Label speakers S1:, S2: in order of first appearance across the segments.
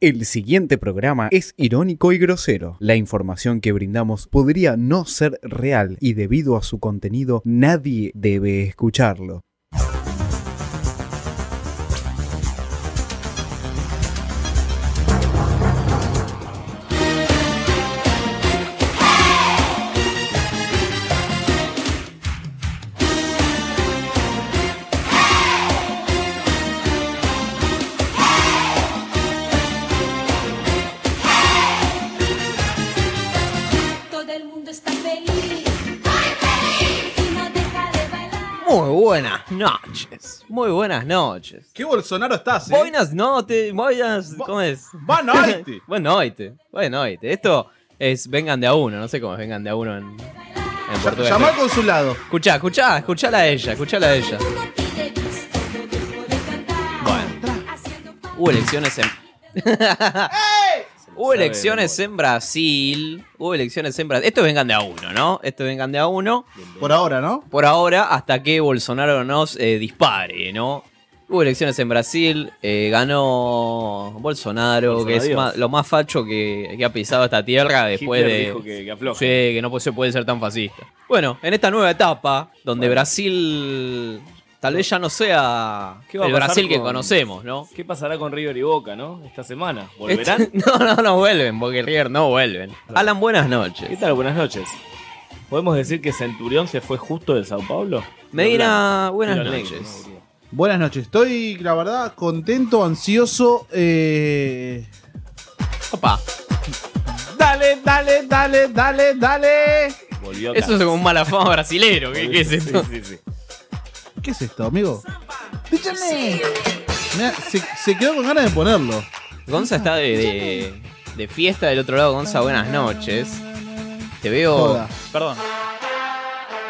S1: El siguiente programa es irónico y grosero. La información que brindamos podría no ser real y debido a su contenido nadie debe escucharlo.
S2: Todo el mundo está feliz. Y no deja de bailar.
S3: Muy buenas noches. Muy buenas noches.
S4: ¿Qué Bolsonaro estás, eh?
S3: Buenas noches. Buenas.
S4: Bu-
S3: ¿Cómo es?
S4: Boa noite.
S3: Buenas noches. Buenas noches. Esto es Vengan de a uno. No sé cómo es Vengan de a uno en, en portugués.
S4: Llamá al consulado.
S3: Escuchá, escuchá, escuchala a ella, escuchala a ella.
S2: Todo el mundo pide bis, todo el mundo puede cantar. Haciendo pa-
S3: Hubo elecciones en. Hubo elecciones en Brasil. Hubo elecciones en Brasil. Esto es Vengan de a uno, ¿no? Esto es Vengan de a uno.
S4: Por ahora, ¿no?
S3: por ahora hasta que Bolsonaro nos eh, dispare, ¿no? Hubo elecciones en Brasil, eh, ganó Bolsonaro, que es
S5: Bolsonaro.
S3: ma- lo más facho que, que ha pisado esta tierra después
S5: Hitler
S3: de...
S5: dijo que, que afloje.
S3: Sí, que no se puede ser tan fascista. Bueno, en esta nueva etapa, donde Brasil tal vez ya no sea
S5: ¿Qué va a
S3: el
S5: pasar
S3: Brasil que
S5: con-
S3: conocemos, ¿no?
S5: ¿Qué pasará con River y Boca, no? Esta semana. ¿Volverán?
S3: Este- No, no, no vuelven, porque River no vuelven. Alan, buenas
S5: ¿Qué
S3: noches.
S5: tal? Buenas noches. ¿Podemos decir que Centurión se fue justo de Sao Paulo?
S3: Medina, buenas
S5: Lo blanco.
S3: noches.
S4: Buenas noches. Estoy, la verdad, contento, ansioso. eh,
S3: Opa,
S4: Dale, dale, dale, dale, dale.
S5: Volvió acá.
S3: eso es como un malafama brasilero, ¿qué, qué es esto?
S5: Sí, sí, sí.
S4: ¿Qué es esto, amigo? Escúchame. Mirá, se, se Eh, quedó con ganas de ponerlo.
S3: Gonza está de, de- de fiesta del otro lado. Gonza, buenas noches. Te veo.
S4: Joda.
S5: Perdón.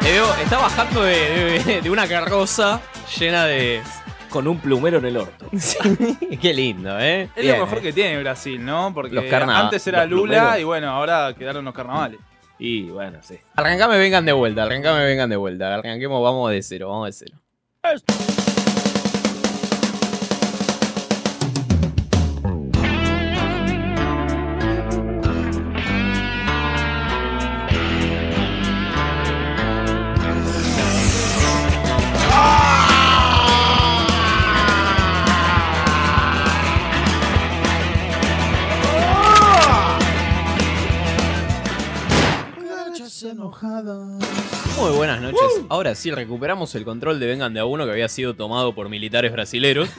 S3: Te veo. Está bajando de, de- de una carroza llena de.
S5: Con un plumero en el orto.
S3: Eh, Qué lindo, ¿eh?
S6: Es
S3: Bien,
S6: lo mejor
S3: eh.
S6: que tiene Brasil, ¿no? Porque
S3: Los carna-
S6: antes era
S5: los
S6: Lula
S5: plumeros.
S6: y bueno, ahora quedaron los carnavales.
S5: Y bueno, sí.
S3: Arrancame, vengan de vuelta. Arrancame, vengan de vuelta. Arranquemos, vamos de cero, vamos de cero. Muy buenas noches. Ahora sí recuperamos el control de Vengan de a uno que había sido tomado por militares brasileros.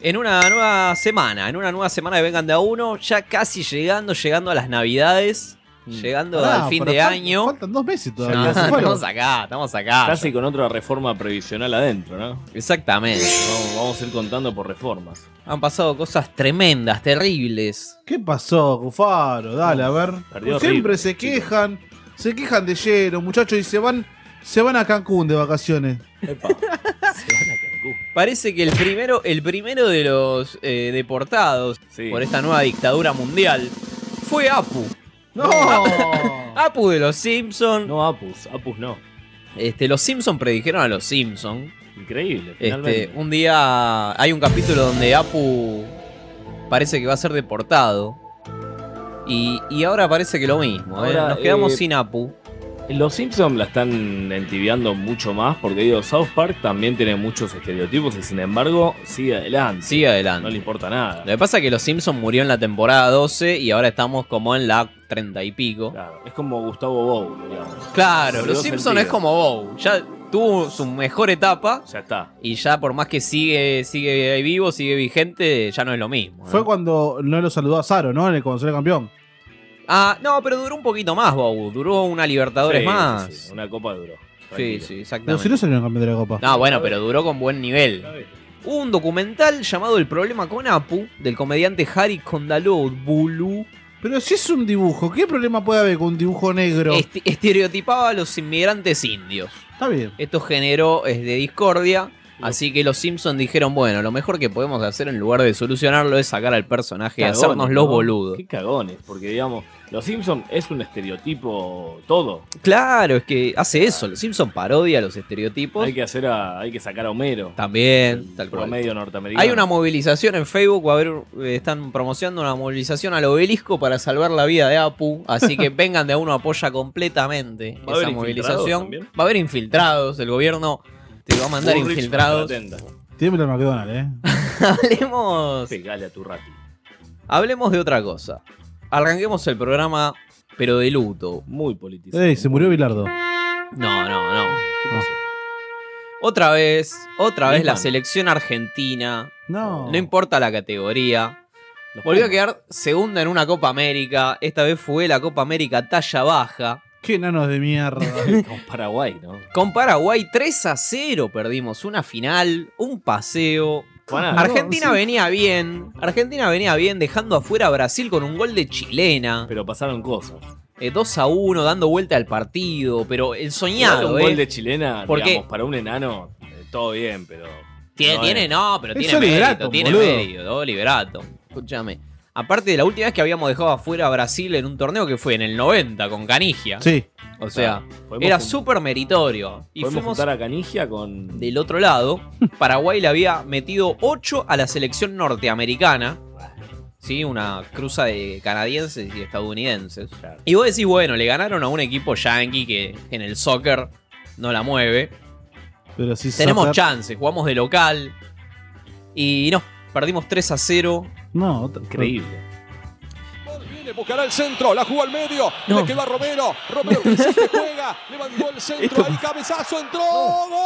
S3: En una nueva semana, en una nueva semana de Vengan de a uno, ya casi llegando, llegando a las navidades,
S5: Mm.
S3: llegando
S4: Pará,
S3: al fin
S4: Ah, pero
S3: de
S4: fal-
S3: año.
S4: Faltan dos meses
S3: No,
S4: todavía. se fueron.
S3: estamos acá, estamos acá.
S5: Casi con otra reforma previsional adentro, ¿no?
S3: Exactamente.
S5: Vamos, vamos a ir contando por reformas.
S3: Han pasado cosas tremendas, terribles.
S4: ¿Qué pasó, Cufaro? Dale, a ver.
S5: Perdió
S4: Siempre
S5: horrible,
S4: se
S5: chico.
S4: quejan. Se quejan de lleno, muchachos, y se van, se van a Cancún de vacaciones.
S5: Epa. se van a Cancún.
S3: Parece que el primero, el primero de los eh, deportados
S5: Sí.
S3: por esta nueva dictadura mundial fue Apu.
S4: ¡No!
S3: Apu de los Simpson.
S5: No, Apus. Apus no.
S3: Este, los Simpson predijeron a los Simpson.
S5: Increíble,
S3: Este,
S5: finalmente.
S3: un día hay un capítulo donde Apu parece que va a ser deportado. Y, y ahora parece que lo mismo. ¿eh?
S5: Ahora,
S3: Nos quedamos
S5: eh,
S3: sin Apu.
S5: Los Simpsons la están entibiando mucho más porque digo, South Park también tiene muchos estereotipos y sin embargo sigue adelante.
S3: Sigue adelante.
S5: No le importa
S3: Lo
S5: nada.
S3: que pasa es que los Simpsons murió en la temporada 12 y ahora estamos como en la 30 y pico. Claro,
S5: Claro, es como Gustavo Bow, digamos. Perdió
S3: los Simpsons
S5: sentido.
S3: es como Bow. Ya tuvo su mejor etapa
S5: Ya está.
S3: y ya por más que sigue, sigue ahí vivo, sigue vigente, ya no es lo mismo. ¿no?
S4: Fue cuando no lo saludó a Saro, ¿no? En el cuando salió campeón.
S3: Ah, no, pero duró un poquito más, Bow. Duró una Libertadores
S5: Sí,
S3: más.
S5: sí, sí, una copa duró.
S3: Sí,
S5: Tranquilo.
S3: sí,
S4: Pero si no
S3: exactamente.
S4: salió campeón de la Copa.
S3: No, bueno, pero duró con buen nivel. Hubo un documental llamado El problema con Apu, del comediante Harry Bulu.
S4: Pero si es un dibujo, ¿qué problema puede haber con un dibujo negro?
S3: Esti- estereotipaba a los inmigrantes indios.
S4: Está bien.
S3: Esto generó es de discordia. Así que los Simpsons dijeron, bueno, lo mejor que podemos hacer en lugar de solucionarlo es sacar al personaje y
S5: Cagones,
S3: hacernos los
S5: ¿no?
S3: boludos.
S5: Qué cagones, porque digamos, Los Simpson es un estereotipo todo.
S3: Claro, es que hace eso. Los Simpsons parodia los estereotipos.
S5: Hay que hacer a, hay que sacar a Homero.
S3: También,
S5: el
S3: tal cual.
S5: promedio norteamericano.
S3: Hay una movilización en Facebook, a ver, eh, están promocionando una movilización al obelisco para salvar la vida de Apu, así que vengan de a uno apoya
S5: ¿Va a
S3: completamente esa
S5: haber infiltrados
S3: movilización.
S5: también?
S3: Va a haber infiltrados, el gobierno te va a mandar
S5: Bullrich
S3: infiltrados.
S5: contra Tenda.
S4: Siempre el McDonald's, ¿eh?
S3: Hablemos,
S5: Pegale a tu ratito.
S3: hablemos de otra cosa. Arranquemos el programa, pero de luto.
S5: Muy politizado.
S4: Ey, se murió Bilardo.
S3: No, no, no.
S4: pasó?
S3: Otra vez, otra vez la
S5: Nisman.
S3: selección argentina,
S4: No.
S3: no importa la categoría,
S5: Los
S3: Volvió a
S5: Pumas.
S3: quedar segunda en una Copa América. Esta vez fue la Copa América talla baja.
S4: Qué enanos de mierda.
S5: Con Paraguay, ¿no?
S3: Con Paraguay 3 a 0 perdimos una final, un paseo.
S5: Fanático.
S3: Argentina
S4: sí.
S3: venía bien. Argentina venía bien dejando afuera a Brasil con un gol de chilena.
S5: Pero pasaron cosas.
S3: Eh, 2 a 1 dando vuelta al partido. Pero el
S5: Igual
S3: soñado,
S5: un gol
S3: ¿eh?
S5: de chilena,
S3: ¿Por qué?
S5: digamos, para un enano, eh, todo bien, pero.
S3: Tiene,
S5: no
S3: tiene,
S5: es.
S3: no, pero
S4: Es
S3: tiene mérito,
S4: Oliverato,
S3: tiene
S4: boludo.
S3: mérito, Oliverato. Escúchame. Aparte de la última vez que habíamos dejado afuera a Brasil en un torneo que fue en el 90 con Canigia.
S4: Sí.
S3: O sea,
S5: Podemos
S3: Era
S5: jun-
S3: súper meritorio. Y
S5: podemos
S3: fuimos
S5: juntar a Canigia con.
S3: del otro lado. Paraguay le había metido 8 a la selección norteamericana. Sí, una cruza de canadienses y estadounidenses.
S5: Claro.
S3: Y vos decís, bueno, le ganaron a un equipo yankee que en el soccer no la mueve.
S4: Pero sí
S3: Tenemos
S4: Soccer-
S3: chances, jugamos de local. Y no, perdimos 3 a 0.
S4: No, otra-
S5: Increíble.
S7: Viene, buscará el centro, la jugó al medio,
S3: No.
S7: le quedó a Romero, Romero que insiste, juega, levantó el centro, ahí cabezazo, entró, gol.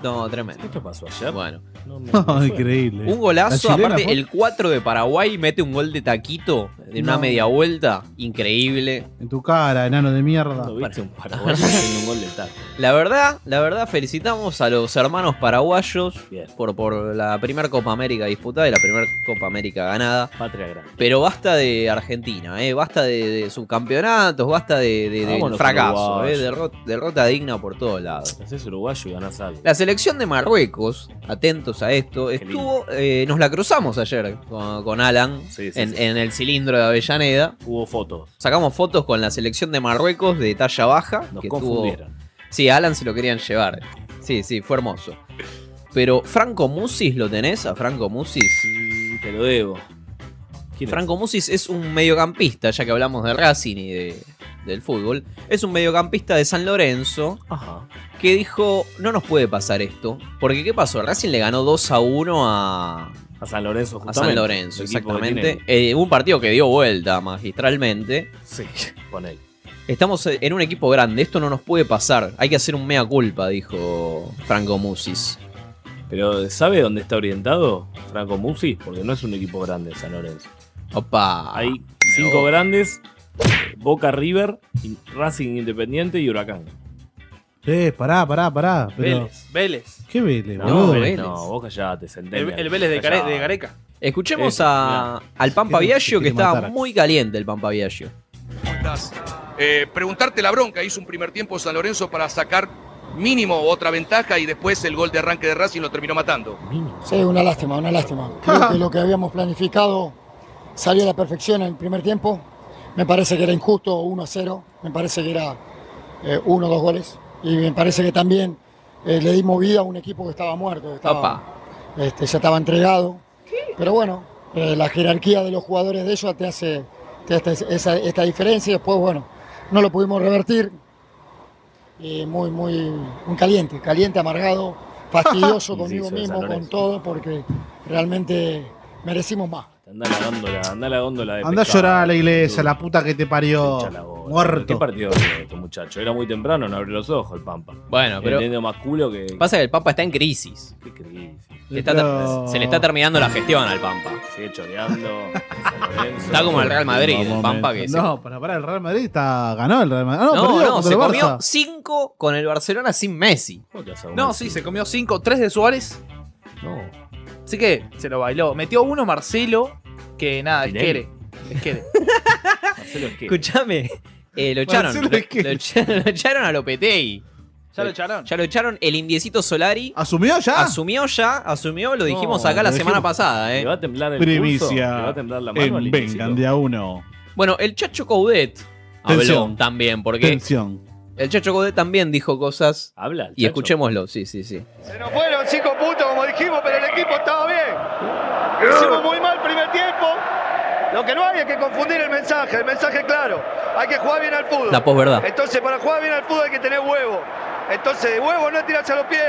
S3: No, tremendo.
S5: ¿Esto pasó ayer?
S3: Bueno,
S5: No me-
S4: No,
S5: me suena.
S4: increíble.
S3: un
S4: La
S3: golazo.
S4: chilena
S3: Aparte,
S4: fue-
S3: el 4 de Paraguay mete un gol de taquito de una
S4: No.
S3: media vuelta. Increíble.
S4: En tu cara, enano de mierda.
S5: ¿Cuándo viste un paraguayo haciendo un gol de taco?
S3: La verdad, la verdad, felicitamos a los hermanos paraguayos
S5: Bien.
S3: por, por la primera Copa América disputada y la primera Copa América ganada.
S5: Patria grande.
S3: Pero basta de Argentina, ¿eh? basta de, de subcampeonatos, basta de, de- de
S5: Vámonos,
S3: fracaso,
S5: Uruguay.
S3: ¿eh? Derro- derrota digna por todos lados.
S5: Hacés uruguayo y ganás algo.
S3: La selección de Marruecos, atentos a esto,
S5: Qué lindo.
S3: estuvo, eh, nos la cruzamos ayer con, con Alan
S5: Sí, sí,
S3: en-
S5: sí.
S3: en el cilindro de Avellaneda.
S5: Hubo fotos.
S3: Sacamos fotos con la selección de Marruecos de talla baja,
S5: Nos
S3: que estuvo
S5: confundieron.
S3: Sí, a Alan se lo querían llevar. Sí, sí, fue hermoso. Pero Franco Musis, ¿lo tenés a Franco Musis?
S5: Sí, te lo debo. ¿Quién es?
S3: Franco Musis es un mediocampista, ya que hablamos de Racing y de- del fútbol. Es un mediocampista de San Lorenzo
S5: Ajá.
S3: que dijo, no nos puede pasar esto. Porque ¿qué pasó? Racing le ganó 2 a 1 a,
S5: A San Lorenzo,
S3: a
S5: justamente.
S3: San Lorenzo,
S5: El equipo de
S3: exactamente.
S5: Tinelli.
S3: Eh, un partido que dio vuelta magistralmente.
S5: Sí, con él.
S3: Estamos en un equipo grande, esto no nos puede pasar. Hay que hacer un mea culpa, dijo Franco Musis.
S5: Pero ¿sabe dónde está orientado Franco Musi? Porque no es un equipo grande San Lorenzo.
S3: Opa.
S5: Hay cinco
S3: voy.
S5: grandes, Boca River, In- Racing Independiente y Huracán.
S4: Eh, pará, pará, pará. Pero...
S6: Vélez, Vélez.
S4: ¿Qué vele,
S5: No,
S4: boludo?
S5: Vélez,
S3: Vélez.
S5: no, Boca ya te
S6: El,
S5: centenial.
S6: el Vélez de, Care- de Gareca.
S3: Escuchemos
S5: Eso,
S3: a, al Pampa
S4: Quiere-
S3: Viaggio que
S4: quiere
S3: estaba
S4: matar.
S3: muy caliente el Pampa Viaggio.
S8: estás? Eh, preguntarte la bronca, hizo un primer tiempo San Lorenzo para sacar mínimo otra ventaja y después el gol de arranque de Racing lo terminó matando.
S9: Sí, una lástima, una lástima. Creo que lo que habíamos planificado salió a la perfección en el primer tiempo. Me parece que era injusto 1 a 0. Me parece que era eh, uno o dos goles. Y me parece que también eh, le dimos vida a un equipo que estaba muerto, que estaba,
S3: Papá.
S9: este, ya estaba entregado. Pero bueno, eh, la jerarquía de los jugadores de ellos te hace, te hace esa- esta diferencia. Y después, bueno, no lo pudimos revertir. Y muy, muy, muy caliente, caliente, amargado, fastidioso
S5: Y
S9: conmigo
S5: sí, soy de San
S9: mismo, con
S5: Lorenzo.
S9: todo, porque realmente merecimos más.
S5: Andá a la góndola, andá a la góndola de
S4: Andá a
S5: pescado,
S4: llorar a la iglesia,
S5: boludo.
S4: la puta que te parió.
S5: Hincha la bola. ¿Qué
S4: Muerto.
S5: partido vio este muchacho? Era muy temprano, no abrió los ojos el Pampa.
S3: Bueno, pero
S5: Entendiendo más culo que...
S3: pasa que el Pampa está en crisis.
S5: Qué crisis.
S3: Le está ter-
S4: Pero-
S3: Se le está terminando la gestión al Pampa.
S5: Sigue choreando. San Lorenzo.
S3: Está como el Real Madrid,
S4: Vamos,
S3: el Pampa que
S4: men.
S3: se-
S4: No, para, para, el Real Madrid está, ganó el Real Madrid. Ah, no,
S3: no,
S4: perdió
S3: no,
S4: contra
S3: se
S4: el
S3: comió
S4: Barça.
S3: 5 con el Barcelona sin Messi.
S5: ¿Cómo te vas a comer
S6: No,
S5: así?
S6: sí, se comió cinco, tres de Suárez.
S5: No.
S6: Así que se lo bailó. Metió uno Marcelo, que nada, es
S5: Tinelli.
S6: Quere. Es Quere.
S5: Marcelo es que...
S3: Escúchame. eh, lo echaron.
S4: Marcelo
S3: Lo,
S4: es que-
S3: lo echaron, lo echaron a Lopetegui.
S6: Ya lo echaron.
S3: Ya lo echaron. El indiecito Solari
S4: ¿Asumió ya?
S3: asumió ya, asumió, lo dijimos
S5: No,
S3: acá la
S5: lo
S3: semana
S5: dijimos.
S3: pasada.
S5: Le
S3: ¿eh?
S5: va a temblar el pulso, le va
S4: Primicia.
S5: a temblar la mano al
S4: En
S5: indiecito.
S4: Vengan de a uno.
S3: Bueno, el Chacho Coudet habló
S4: Tensión.
S3: también, porque
S4: Tensión.
S3: el Chacho Coudet también dijo cosas.
S5: Habla. el
S3: Y
S5: chacho.
S3: escuchémoslo, sí, sí, sí.
S7: Se nos fueron cinco puntos, como dijimos, pero el equipo estaba bien. Hicimos muy mal primer tiempo. Lo que no hay es que confundir el mensaje, el mensaje claro. Hay que jugar bien al fútbol.
S3: La posverdad.
S7: Entonces, para jugar bien al fútbol hay que tener huevo. Entonces, huevo no es tirarse a los pies,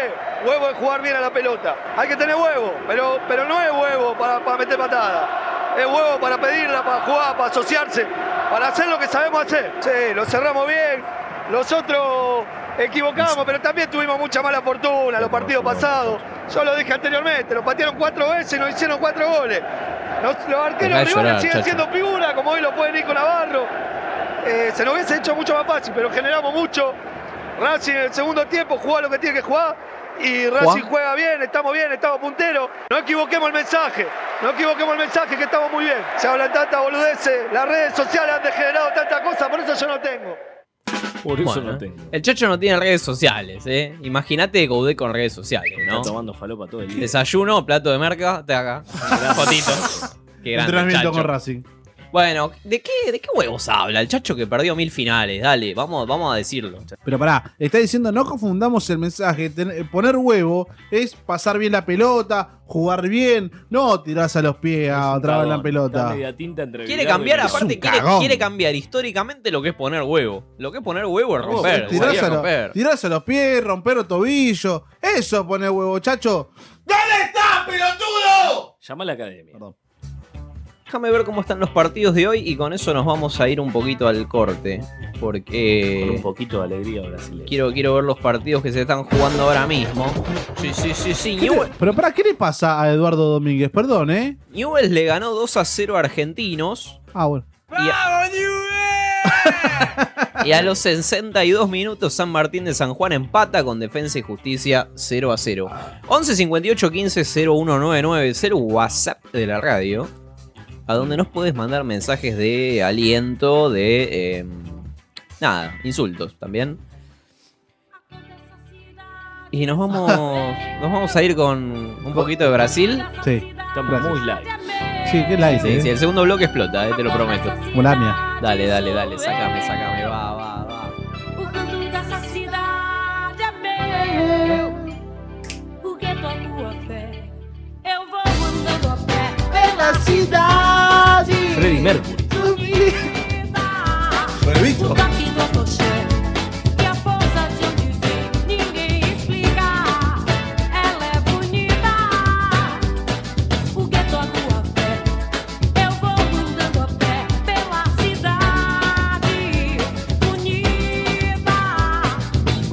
S7: huevo es jugar bien a la pelota. Hay que tener huevo, pero, pero no es huevo para, para meter patada. Es huevo para pedirla, para jugar, para asociarse, para hacer lo que sabemos hacer. Sí, lo cerramos bien, nosotros equivocamos, pero también tuvimos mucha mala fortuna los partidos pasados. Yo lo dije anteriormente, nos patearon cuatro veces y nos hicieron cuatro goles. Nos- los
S3: Dejá de
S7: arqueros
S3: llorar,
S7: rivales siguen
S3: chacho.
S7: siendo figuras, como hoy lo fue Nico Navarro. Eh, se nos hubiese hecho mucho más fácil, pero generamos mucho. Racing en el segundo tiempo juega lo que tiene que jugar y Racing juega bien, estamos bien, estamos punteros. No equivoquemos el mensaje, no equivoquemos el mensaje que estamos muy bien. Se hablan tantas boludeces, las redes sociales han degenerado tantas cosas, por eso yo no tengo.
S5: Por eso
S3: Bueno,
S5: no tengo.
S3: El Chacho no tiene redes sociales, ¿eh? Imagínate Coudet con redes sociales,
S5: Está
S3: ¿no?
S5: tomando falopa todo el día.
S3: Desayuno, plato de merca, te haga. Fotito. Qué grande,
S4: Entrenamiento
S3: Chacho.
S4: con Racing.
S3: Bueno, ¿de qué, ¿de qué huevos habla? El Chacho que perdió mil finales, dale, vamos, vamos a decirlo.
S4: Pero pará, está diciendo no confundamos el mensaje. ten- eh, poner huevo es pasar bien la pelota, jugar bien. No tirás a los pies a trabar la pelota.
S3: Quiere cambiar,
S4: Es un
S3: aparte, quiere,
S4: cagón.
S3: quiere cambiar históricamente lo que es poner huevo. Lo que es poner huevo es romper.
S4: Tirás
S3: salir a
S4: a, los,
S3: romper.
S4: tirás a los pies, romper los tobillos. Eso es poner huevo, chacho. ¿Dónde estás, pelotudo?
S5: Llama a la academia.
S4: Perdón.
S3: Déjame ver cómo están los partidos de hoy y con eso nos vamos a ir un poquito al corte.
S5: Con
S3: Porque
S5: un poquito de alegría brasileña.
S3: quiero, quiero ver los partidos que se están jugando ahora mismo. Sí, sí, sí, sí.
S4: ¿Qué
S3: Newell-
S4: le- pero pará, ¿qué le pasa a Eduardo Domínguez? Perdón, ¿eh?
S3: Newell's le ganó 2 a 0 a Argentinos.
S4: Ah, bueno.
S3: Y a, y a los 62 minutos San Martín de San Juan empata con Defensa y Justicia 0 a 0. 11 58 15 01990 WhatsApp de la radio. A donde nos puedes mandar mensajes de aliento, de... eh, nada, insultos también. Y nos vamos, nos vamos a ir con un poquito de Brasil.
S4: Sí.
S5: Estamos muy live.
S4: Sí, qué la
S3: Sí,
S4: dice.
S3: sí, el segundo bloque explota, eh, te lo prometo.
S4: Molamia.
S3: Dale, dale, dale, sácame, sácame, va, va, va.
S2: O canto dessa cidade é meu. Porque tua lua fé, eu vou andando a pé pela cidade.
S5: Freddy
S2: O
S5: Mercury.
S2: toque do acolchão, que a pousa de onde vem, ninguém explica. Ela é bonita. Porque tua lua fé, eu vou andando a pé pela cidade. Bonita.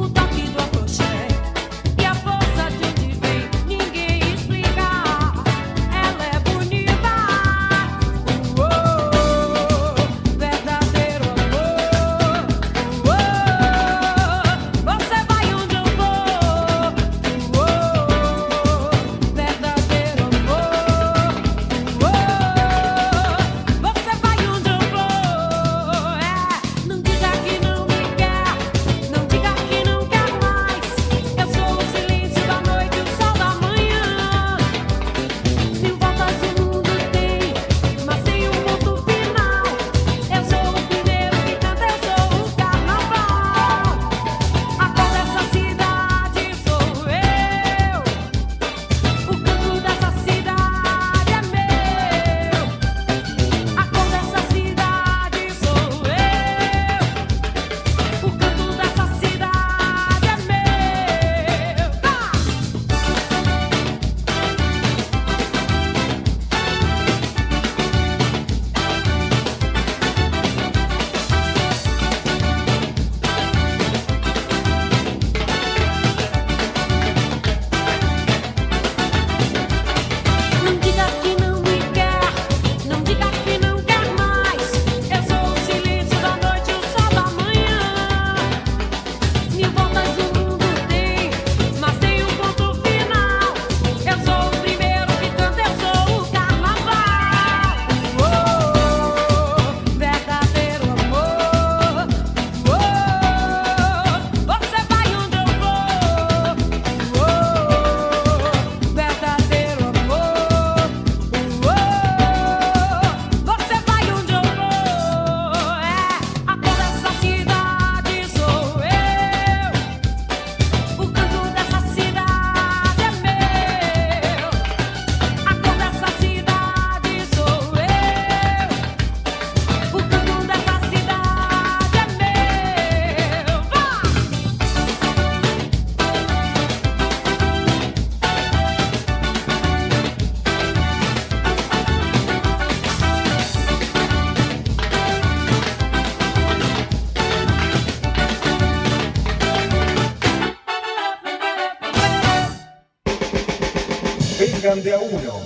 S2: O toque do acolchão. E a força de onde vem, ninguém explica. Ela é bonita. Uou, Oh, Oh, É, um um Oh, Oh, Oh, é. é
S10: vengan de a uno.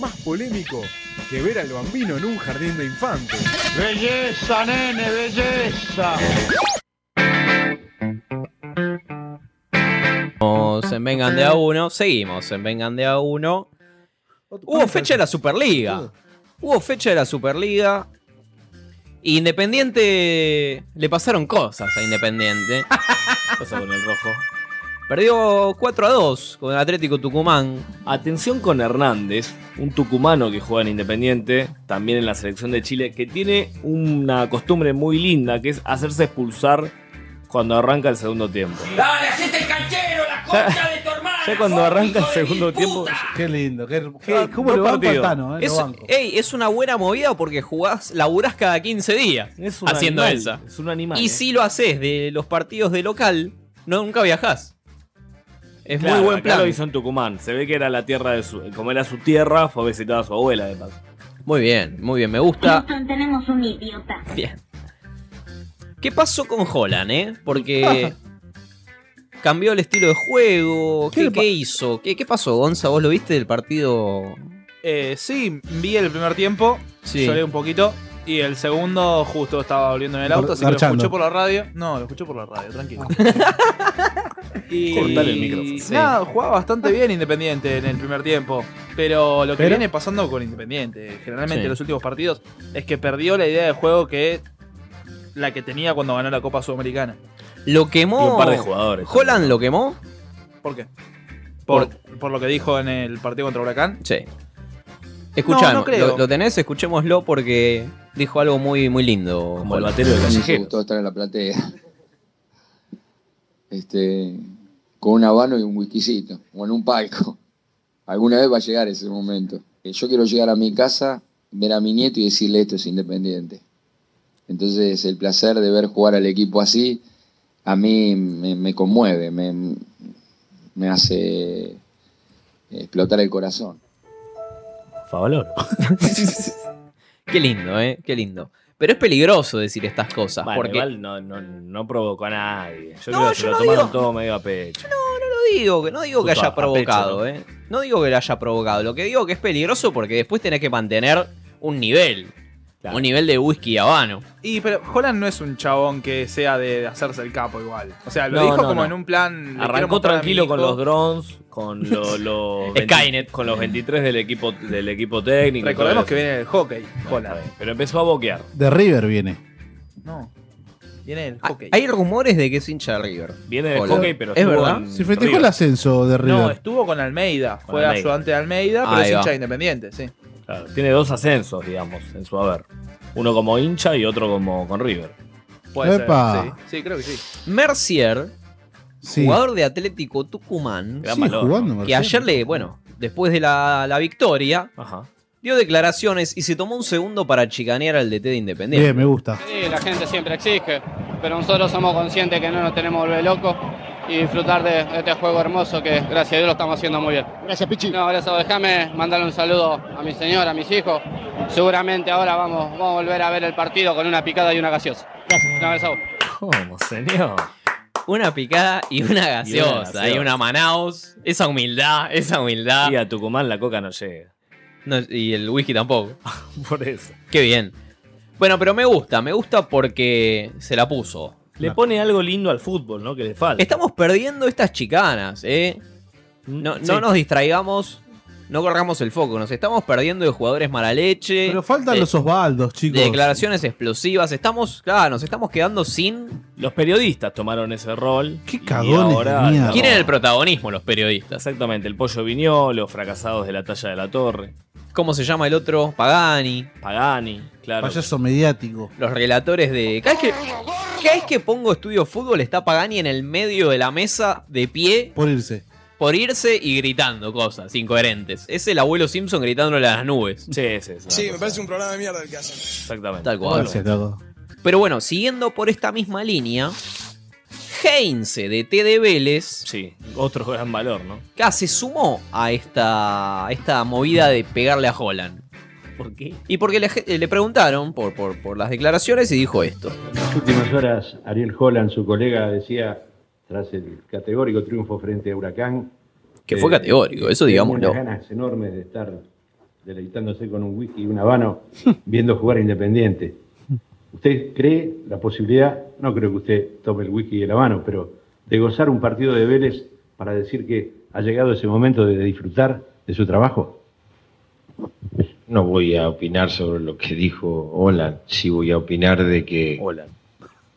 S1: Más polémico que ver al bambino en un jardín de infantes.
S10: Belleza, nene, belleza.
S3: Seguimos en Vengan de a uno. Seguimos en Vengan de a uno. Hubo fecha de la Superliga. Hubo fecha de la Superliga. Independiente. Le pasaron cosas a Independiente.
S5: Pasa con el rojo.
S3: Perdió 4 a 2 con Atlético Tucumán.
S5: Atención con Hernández, un tucumano que juega en Independiente, también en la selección de Chile, que tiene una costumbre muy linda, que es hacerse expulsar cuando arranca el segundo tiempo.
S10: Dale, hacete el canchero, la concha de tu hermana.
S5: Ya cuando arranca el segundo tiempo,
S4: Qué lindo. Qué,
S5: Ah,
S4: qué, ¿Cómo
S5: buen
S4: lo banco
S5: partido.
S4: a Tano? Eh,
S3: Es,
S4: lo banco.
S3: ey, es una buena movida porque jugás, laburás cada 15 días
S5: es un
S3: haciendo
S5: animal,
S3: esa.
S5: Es un animal.
S3: Y
S5: eh.
S3: si lo haces de los partidos de local, no, nunca viajás. Es
S5: Claro,
S3: muy buen
S5: acá
S3: plan.
S5: lo hizo en Tucumán. Se ve que era la tierra de su. Como era su tierra, fue a visitar a su abuela, de paso.
S3: Muy bien, muy bien, me gusta.
S2: Tenemos un idiota.
S3: Bien. ¿Qué pasó con Holland, eh? Porque cambió el estilo de juego.
S4: ¿Qué
S3: ¿Qué,
S4: le pa-
S3: qué hizo? ¿Qué, qué pasó, Gonza? ¿Vos lo viste del partido?
S6: Eh, sí, vi el primer tiempo,
S3: Sí.
S6: lloré un poquito. Y el segundo justo estaba volviendo en el
S4: Gar-
S6: auto, así que lo
S4: garchando.
S6: escuché por la radio. No, lo escuché por la radio, tranquilo. y
S5: Cortale el micrófono.
S6: Sí. Nada, jugaba bastante bien Independiente en el primer tiempo. Pero lo que
S4: ¿Pero?
S6: viene pasando con Independiente, generalmente
S3: Sí.
S6: en los últimos partidos, es que perdió la idea de juego que la que tenía cuando ganó la Copa Sudamericana.
S3: Lo
S5: Y
S3: quemó.
S5: un par de jugadores.
S3: ¿Holland lo quemó?
S6: ¿Por qué? Por, por lo que dijo en el partido contra Huracán.
S3: Sí. Escuchamos.
S6: No, no creo.
S3: lo, lo tenés, escuchémoslo porque dijo algo muy, muy lindo.
S5: Como el
S3: Holland.
S5: batero de
S10: Me
S5: callejero.
S10: gustó estar en la platea. Este, con un habano y un whiskycito, o en un palco. Alguna vez va a llegar ese momento. Eh, Yo quiero llegar a mi casa, ver a mi nieto y decirle esto es independiente. Entonces el placer de ver jugar al equipo así a mí me, me conmueve, me, me hace explotar el corazón.
S5: Favaloro.
S3: Qué lindo, ¿eh? Qué lindo. Pero es peligroso decir estas cosas.
S5: Bueno,
S3: porque
S5: igual no, no, no provocó a nadie. Yo
S3: No,
S5: creo que
S3: yo
S5: se lo
S3: no
S5: tomaron
S3: digo-
S5: todo medio a pecho.
S3: no digo, que- no digo que
S5: Justo
S3: haya
S5: a- a pecho,
S3: provocado,
S5: ¿no?
S3: ¿eh? No digo que lo haya provocado. Lo que digo que es peligroso porque después tenés que mantener un nivel.
S5: Claro.
S3: Un nivel de whisky habano.
S6: Y pero Holland no es un chabón que sea de, de hacerse el capo igual. O sea, lo
S5: No,
S6: dijo
S5: no,
S6: como
S5: no.
S6: en un plan. le quiero
S5: Arrancó
S6: mostrar a mi
S5: tranquilo
S6: hijo.
S5: con los drones, con lo- los
S3: Skynet.
S5: con los 23 del equipo del equipo técnico. y
S6: Recordemos
S5: todo
S6: que
S5: eso.
S6: viene el hockey,
S5: Está
S6: Holland.
S5: bien, Pero empezó a boquear.
S4: De River viene.
S6: No. Viene el
S3: Ah,
S6: hockey.
S3: Hay rumores de que es hincha de River.
S5: Viene de
S3: Hola.
S5: hockey, pero
S3: ¿Es
S5: estuvo
S3: verdad?
S5: en
S4: Se festejó
S5: River.
S4: el ascenso de River.
S6: No, estuvo con Almeida.
S5: Con
S6: fue
S5: Almeida.
S6: ayudante de Almeida, pero
S3: Ahí
S6: es
S3: va.
S6: hincha de independiente, sí.
S5: Claro, tiene dos ascensos, digamos, en su haber. Uno como hincha y otro como con River.
S6: Puede ser,
S4: Epa.
S6: Sí, sí, creo que sí.
S3: Mercier,
S4: sí.
S3: jugador de Atlético Tucumán,
S5: Gran
S4: Sí,
S5: valor,
S4: jugando,
S5: ¿no?
S3: que
S4: Marcelo.
S3: ayer le, bueno, después de la, la victoria,
S5: Ajá.
S3: dio declaraciones y se tomó un segundo para chicanear al DT de Independiente.
S4: Bien, me gusta.
S10: Sí, la gente siempre exige, pero nosotros somos conscientes que no nos tenemos que volver locos y disfrutar de, de este juego hermoso que gracias a Dios lo estamos haciendo muy bien. Gracias, Pichi. No, gracias. Déjame mandarle un saludo a mi señora, a mis hijos. Seguramente ahora vamos, vamos a volver a ver el partido con una picada y una gaseosa. Gracias. No, gracias a vos.
S5: ¿Cómo, señor?
S3: Una picada y una gaseosa. Y una,
S5: gaseosa.
S3: Manaus. Esa humildad, Ah, esa humildad.
S5: Y a Tucumán la coca no llega.
S3: No, y el whisky tampoco.
S5: Por eso.
S3: Qué bien. Bueno, pero me gusta, me gusta porque se la puso.
S5: Le pone algo lindo al fútbol, ¿no? Que le falta.
S3: Estamos perdiendo estas chicanas, ¿eh? No,
S5: Sí.
S3: no nos distraigamos, no corramos el foco. Nos estamos perdiendo de jugadores mala leche.
S4: Pero faltan
S3: de-
S4: los Osvaldos,
S3: de
S4: chicos.
S3: declaraciones explosivas. Estamos, claro, nos estamos quedando sin.
S5: Los periodistas tomaron ese rol.
S4: Qué
S5: y
S4: cagones de
S5: ahora-
S4: mierda.
S3: Quieren el protagonismo los periodistas.
S5: Exactamente, el pollo viñolo, fracasados de la talla de la torre,
S3: ¿Cómo se llama el otro? Pagani.
S5: Pagani, claro.
S4: Payaso mediático.
S3: Los relatores de. Cada vez que, cada vez que pongo estudio fútbol está Pagani en el medio de la mesa, de pie,
S4: Por irse.
S3: por irse y gritando cosas incoherentes. Es el abuelo Simpson gritándole a las nubes.
S5: Sí, sí, sí.
S10: me parece un programa de mierda el que hacen.
S5: Exactamente.
S3: Tal cual.
S4: Gracias, loco.
S3: Pero bueno, siguiendo por esta misma línea, Heinze de T de Vélez
S5: Sí, otro gran valor, ¿no?
S3: ya se sumó a esta, a esta movida de pegarle a Holland.
S5: ¿Por qué?
S3: Y porque le, le preguntaron por, por, por las declaraciones y dijo esto.
S10: las últimas horas, Ariel Holland, su colega, decía, tras el categórico triunfo frente a Huracán,
S3: Que fue categórico, eso digámoslo.
S11: Tengo eh, unas ganas enormes de estar deleitándose con un whisky y un habano viendo jugar a Independiente. ¿Usted cree la posibilidad, no creo que usted tome el whisky y el habano, pero de gozar un partido de Vélez para decir que ha llegado ese momento de disfrutar de su trabajo?
S12: No voy a opinar sobre lo que dijo Olan, sí voy a opinar de que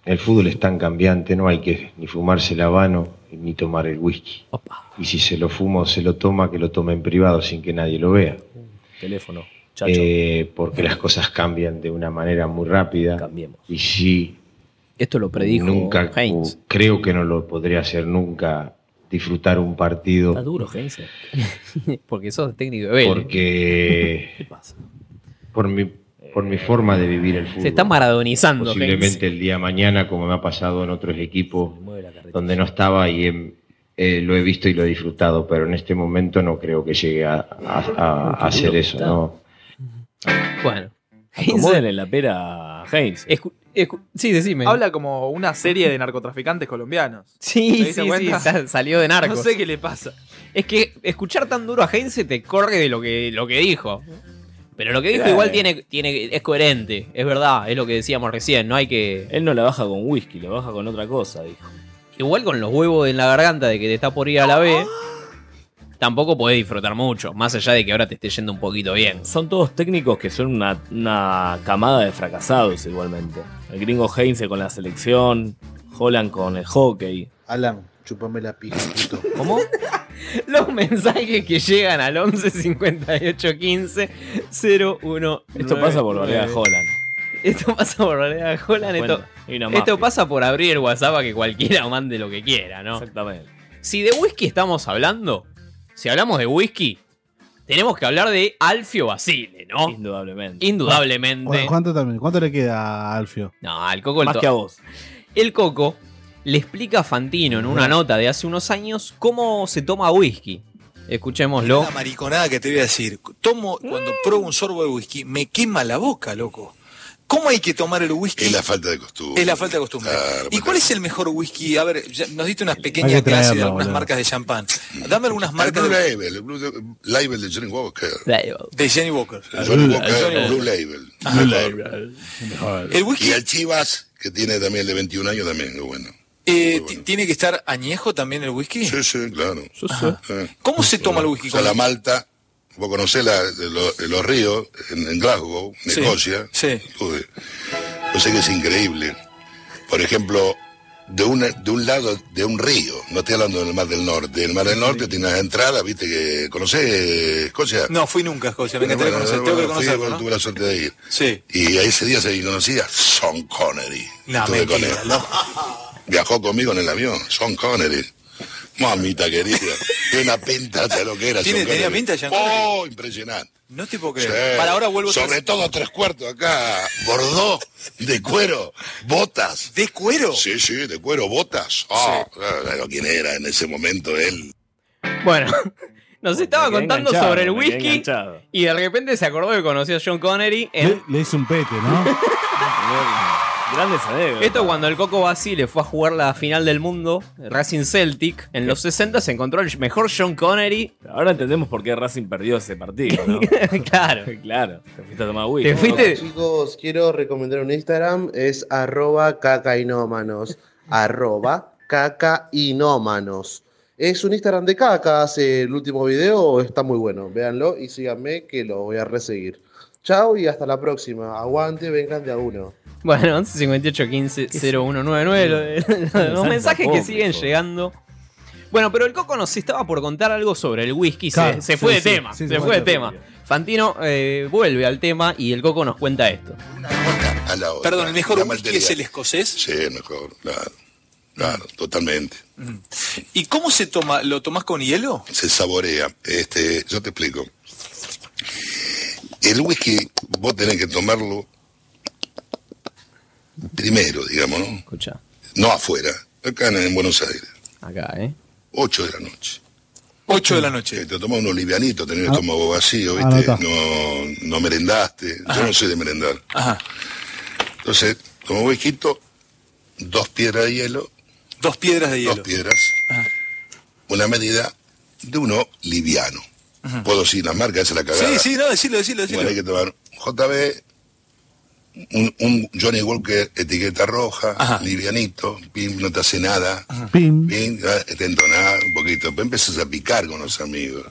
S12: el fútbol es tan cambiante, no hay que ni fumarse el habano ni tomar el whisky. Y si se lo fuma o se lo toma, que lo tome en privado sin que nadie lo vea.
S5: Teléfono.
S12: Eh, porque las cosas cambian de una manera muy rápida. Y sí.
S3: Esto lo predijo
S12: Nunca,
S3: Heinz.
S12: o creo que no lo podría hacer nunca, disfrutar un partido.
S3: Está duro, Heinz. Porque sos técnico de ¿eh? Vélez.
S12: Porque. Por mi, por mi forma de vivir el fútbol.
S3: Eh, Se está maradonizando,
S12: Posiblemente el día de mañana, como me ha pasado en otros equipos donde no estaba y em, eh, lo he visto y lo he disfrutado, pero en este momento no creo que llegue a, a- a- a hacer eso. ¿no?
S3: Bueno.
S5: Acomódenle la pera a Heinz.
S3: sí, decime.
S6: Habla como una serie de narcotraficantes colombianos. ¿Te
S3: Sí, sí,
S6: diste
S3: sí,
S6: cuenta?
S3: sa- salió de narcos.
S6: No sé qué le pasa.
S3: Es que escuchar tan duro a Heinz se te corre de lo que, lo que dijo. Pero lo que dijo
S6: Claro.
S3: igual tiene, tiene, es coherente, es verdad, es lo que decíamos recién, no hay que...
S5: Él no la baja con whisky, la baja con otra cosa, dijo.
S3: Igual con los huevos en la garganta de que te está por ir a la
S5: Ah.
S3: B, tampoco podés disfrutar mucho, más allá de que ahora te esté yendo un poquito bien.
S5: Son todos técnicos que son una, una camada de fracasados igualmente. El gringo Heinze con la selección, Holland con el hockey.
S13: Alan, chupame la pija, puto.
S5: ¿Cómo?
S3: Los mensajes que llegan al 11 58 15 01
S5: Esto pasa por bardear a Holland.
S3: Esto pasa por bardear a Holland.
S5: Bueno,
S3: Esto,
S5: hay una
S3: esto
S5: mafia.
S3: pasa por abrir el WhatsApp a que cualquiera mande lo que quiera, ¿no?
S5: Exactamente.
S3: Si de whisky estamos hablando, si hablamos de whisky, tenemos que hablar de Alfio Basile, ¿no?
S5: Indudablemente.
S3: Indudablemente.
S4: Bueno, ¿Cuánto, también? ¿Cuánto le queda a Alfio?
S3: No, al Coco el
S4: Más
S3: to-
S4: que a vos.
S3: El Coco le explica a Fantino en una nota de hace unos años cómo se toma whisky. Escuchémoslo.
S14: La mariconada que te voy a decir. Tomo, cuando pruebo un sorbo de whisky, me quema la boca, loco. ¿Cómo hay que tomar el whisky? Es la falta de costumbre. Es la falta de costumbre. ¿Y cuál es el mejor whisky? A ver, ya nos diste una pequeña
S15: que traerlo,
S14: clase de algunas
S15: boludo.
S14: marcas de champán. Dame algunas marcas
S15: Blue
S14: de...
S15: Label, el Blue Label de Johnny Walker.
S14: De Jenny Walker.
S15: El Johnny Walker, Blue Label.
S14: Ajá.
S15: Label.
S14: El whisky-
S15: Y el Chivas, que tiene también el de 21 años, también es bueno.
S14: Eh, ti- ¿Tiene que estar añejo también el whisky? Sí, sí, claro.
S15: Eh,
S14: ¿Cómo se toma el whisky?
S15: O sea, la malta, vos conocés la- de lo- de los ríos en, en Glasgow, en
S14: Sí,
S15: Escocia.
S14: Sí.
S15: Yo sé que es increíble. Por ejemplo, de un, de un lado de un río, no estoy hablando del Mar del Norte. El Mar del Norte tiene las entradas, viste que. ¿Conocés eh, Escocia?
S14: No, fui nunca a Escocia. Me
S15: Bueno,
S14: encantaría conocer.
S15: bueno,
S14: Tengo que
S15: bueno, fui
S14: conocerlo,
S15: cuando
S14: ¿no?
S15: tuve la suerte de ir.
S14: Sí.
S15: Y a ese día se conocía Sean Connery.
S14: No,
S15: Estuve con
S14: mentira,
S15: él. Viajó conmigo en el avión, Sean Connery. Mamita querida. Tiene una pinta de lo que era.
S14: ¿Tiene,
S15: Sean
S14: ¿Tenía
S15: Connery.
S14: pinta, Jean
S15: Oh, impresionante.
S14: No te puedo
S15: Sí.
S14: creer. Para ahora vuelvo
S15: Sobre
S14: tres-
S15: todo tres cuartos acá, bordó, de cuero, botas.
S14: ¿De cuero?
S15: Sí, sí, de cuero, botas. Ah, claro, ¿Quién era en ese momento él?
S3: Bueno, nos estaba
S15: me quedé
S3: contando
S15: enganchado,
S3: sobre el
S15: me quedé
S3: whisky
S15: enganchado.
S3: y de repente se acordó que conoció a John Connery en
S4: Le, le hice un pete, ¿no?
S5: Grandes anécdotas.
S3: Esto cuando el Coco Basile fue a jugar la final del mundo, Racing Celtic, en los 60 se encontró el mejor John Connery.
S5: Ahora entendemos por qué Racing perdió ese partido, ¿no?
S3: claro.
S5: claro. Te fuiste a tomar whisky.
S13: Bueno, Chicos, quiero recomendar un Instagram, es arroba cacainómanos, arroba cacainómanos. Es un Instagram de caca, hace el último video, está muy bueno, véanlo y síganme que lo voy a reseguir. Chao y hasta la próxima, aguante, vengan de a uno.
S3: Bueno, 11 58 15 0199. lo de- lo de- Los
S13: Santa
S3: mensajes que
S13: Pobre,
S3: siguen llegando. Bueno, pero el Coco nos estaba por contar algo sobre el whisky. se-
S5: Claro,
S3: se,
S5: sí,
S3: fue de
S5: sí,
S3: tema.
S5: sí,
S3: se, fue de tema. Fantino eh, vuelve al tema y el Coco nos cuenta esto.
S15: A la otra.
S14: Perdón, el mejor
S15: La
S14: whisky
S15: maltería.
S14: es el escocés.
S15: Sí, mejor, claro. Claro, totalmente.
S14: Mm. ¿Y cómo se toma? ¿Lo tomás con hielo?
S15: se saborea. Este, yo te explico. El whisky vos tenés que tomarlo primero, digamos, ¿no?
S3: Escucha.
S15: No afuera, acá en, en Buenos Aires.
S3: Acá, ¿eh?
S15: 8 de la noche.
S14: 8 de la noche.
S15: Te tomás unos livianitos, tenés el
S14: Ah.
S15: estómago vacío, ¿viste?
S14: Anotá.
S15: No, no merendaste. Yo no soy de merendar.
S14: Ajá.
S15: Entonces, tomo whisky, dos piedras de hielo.
S14: Dos piedras de
S15: hielo. Dos piedras. Una medida de uno liviano. Puedo decir la marca, esa es la
S14: Sí,
S15: cagada.
S14: sí, no, decilo, decilo, decilo.
S15: Bueno, hay que tomar JB, un, un Johnny Walker etiqueta roja, livianito, pim, no te hace nada,
S4: Pim.
S15: pim, ah, te entonás un poquito, después empiezas a picar con los amigos.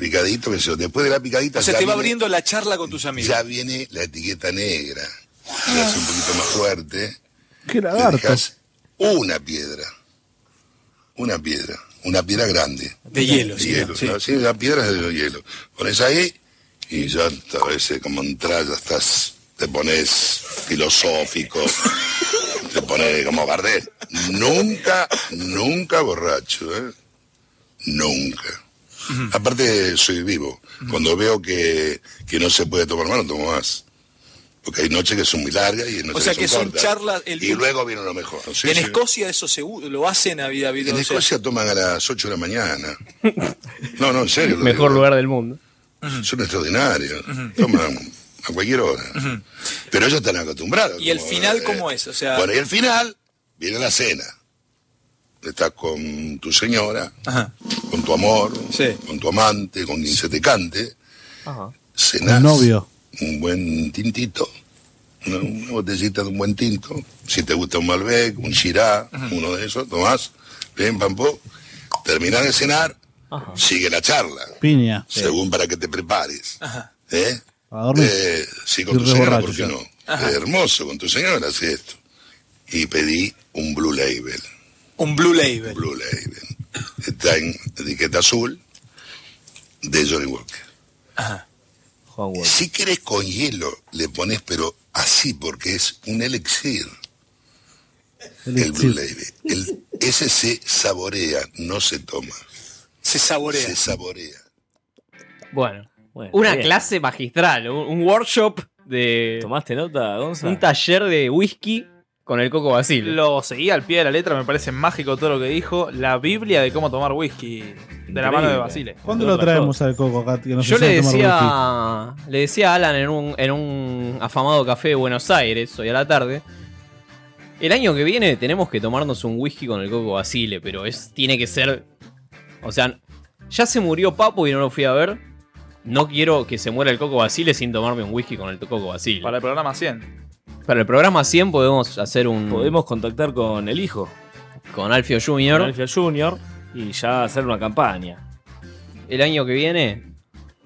S15: Picadito, qué sé yo. después de la picadita
S14: O sea,
S15: ya
S14: te va
S15: viene-
S14: abriendo la charla con tus amigos.
S15: ya viene la etiqueta negra. Le hace un poquito más fuerte.
S4: Qué lagarto.
S15: Una piedra. Una piedra. Una piedra grande.
S14: De hielo, sí, sí.
S15: ¿no? Sí, la piedra es de hielo. Pones ahí y ya a veces como entras ya estás, te pones filosófico, te pones como Gardel. Nunca, nunca borracho, ¿eh? Nunca. Aparte soy vivo. Cuando veo que, que no se puede tomar más, no tomo más. Porque hay noches que son muy largas y hay noches
S14: O sea, que son
S15: cortas.
S14: charlas. el-
S15: Y luego viene lo mejor. Ah, Sí,
S14: en
S15: sí.
S14: Escocia eso seguro, lo hacen a vida, vida.
S15: En
S14: o sea,
S15: Escocia toman a las 8 de la mañana. No, no, en serio. lo
S5: Mejor
S15: digo.
S5: lugar del mundo.
S15: Son extraordinarios. Toman a cualquier hora. Pero ellos están acostumbrados.
S14: ¿Y el final cómo es? O sea,
S15: Bueno, y al final viene la cena. Estás con tu señora, con tu amor, con tu amante, con quien se te cante. Cenás
S4: Novio.
S15: un buen tintito, una, una botellita de un buen tinto. Si te gusta un Malbec, un Chirá, uno de esos, tomás, bien, pampó. Terminar de cenar, sigue la charla,
S4: Piña.
S15: según para que te prepares. ¿eh?
S4: A dormir.
S15: Eh, sí, con
S4: Y
S15: tu
S4: re
S15: señora,
S4: borracho
S15: ¿por qué
S4: ya.
S15: no?
S14: Ajá.
S15: Es hermoso, con tu señora haces esto. Y pedí un Blue Label.
S14: Un Blue Label.
S15: Blue Label. Está en etiqueta azul de Johnny Walker. Si querés con hielo, le pones, pero así, porque es un elixir. El Blue Label. El- ese se saborea, no se toma.
S14: Se saborea.
S15: Se saborea.
S3: Bueno, una
S5: bien.
S3: clase magistral, un, un workshop de.
S5: ¿Tomaste nota, Gonza?
S3: Un taller de whisky con el Coco Basil.
S6: Lo seguía al pie de la letra, me parece mágico todo lo que dijo. La Biblia de cómo tomar whisky de la mano de Basile.
S4: ¿Cuándo lo traemos al Coco acá? que nos
S3: Yo le
S4: enseñe a tomar whisky?
S3: decía, le decía a Alan en un, en un afamado café de Buenos Aires hoy a la tarde. El año que viene tenemos que tomarnos un whisky con el Coco Basile, pero es, tiene que ser. O sea, ya se murió Papo y no lo fui a ver. No quiero que se muera el Coco Basile sin tomarme un whisky con el Coco Basile.
S6: Para el programa 100.
S3: Para el programa 100 podemos hacer un.
S5: Podemos contactar con el hijo.
S3: Con Alfio Junior.
S5: Con Alfio Junior. Y ya hacer una campaña.
S3: el año que viene,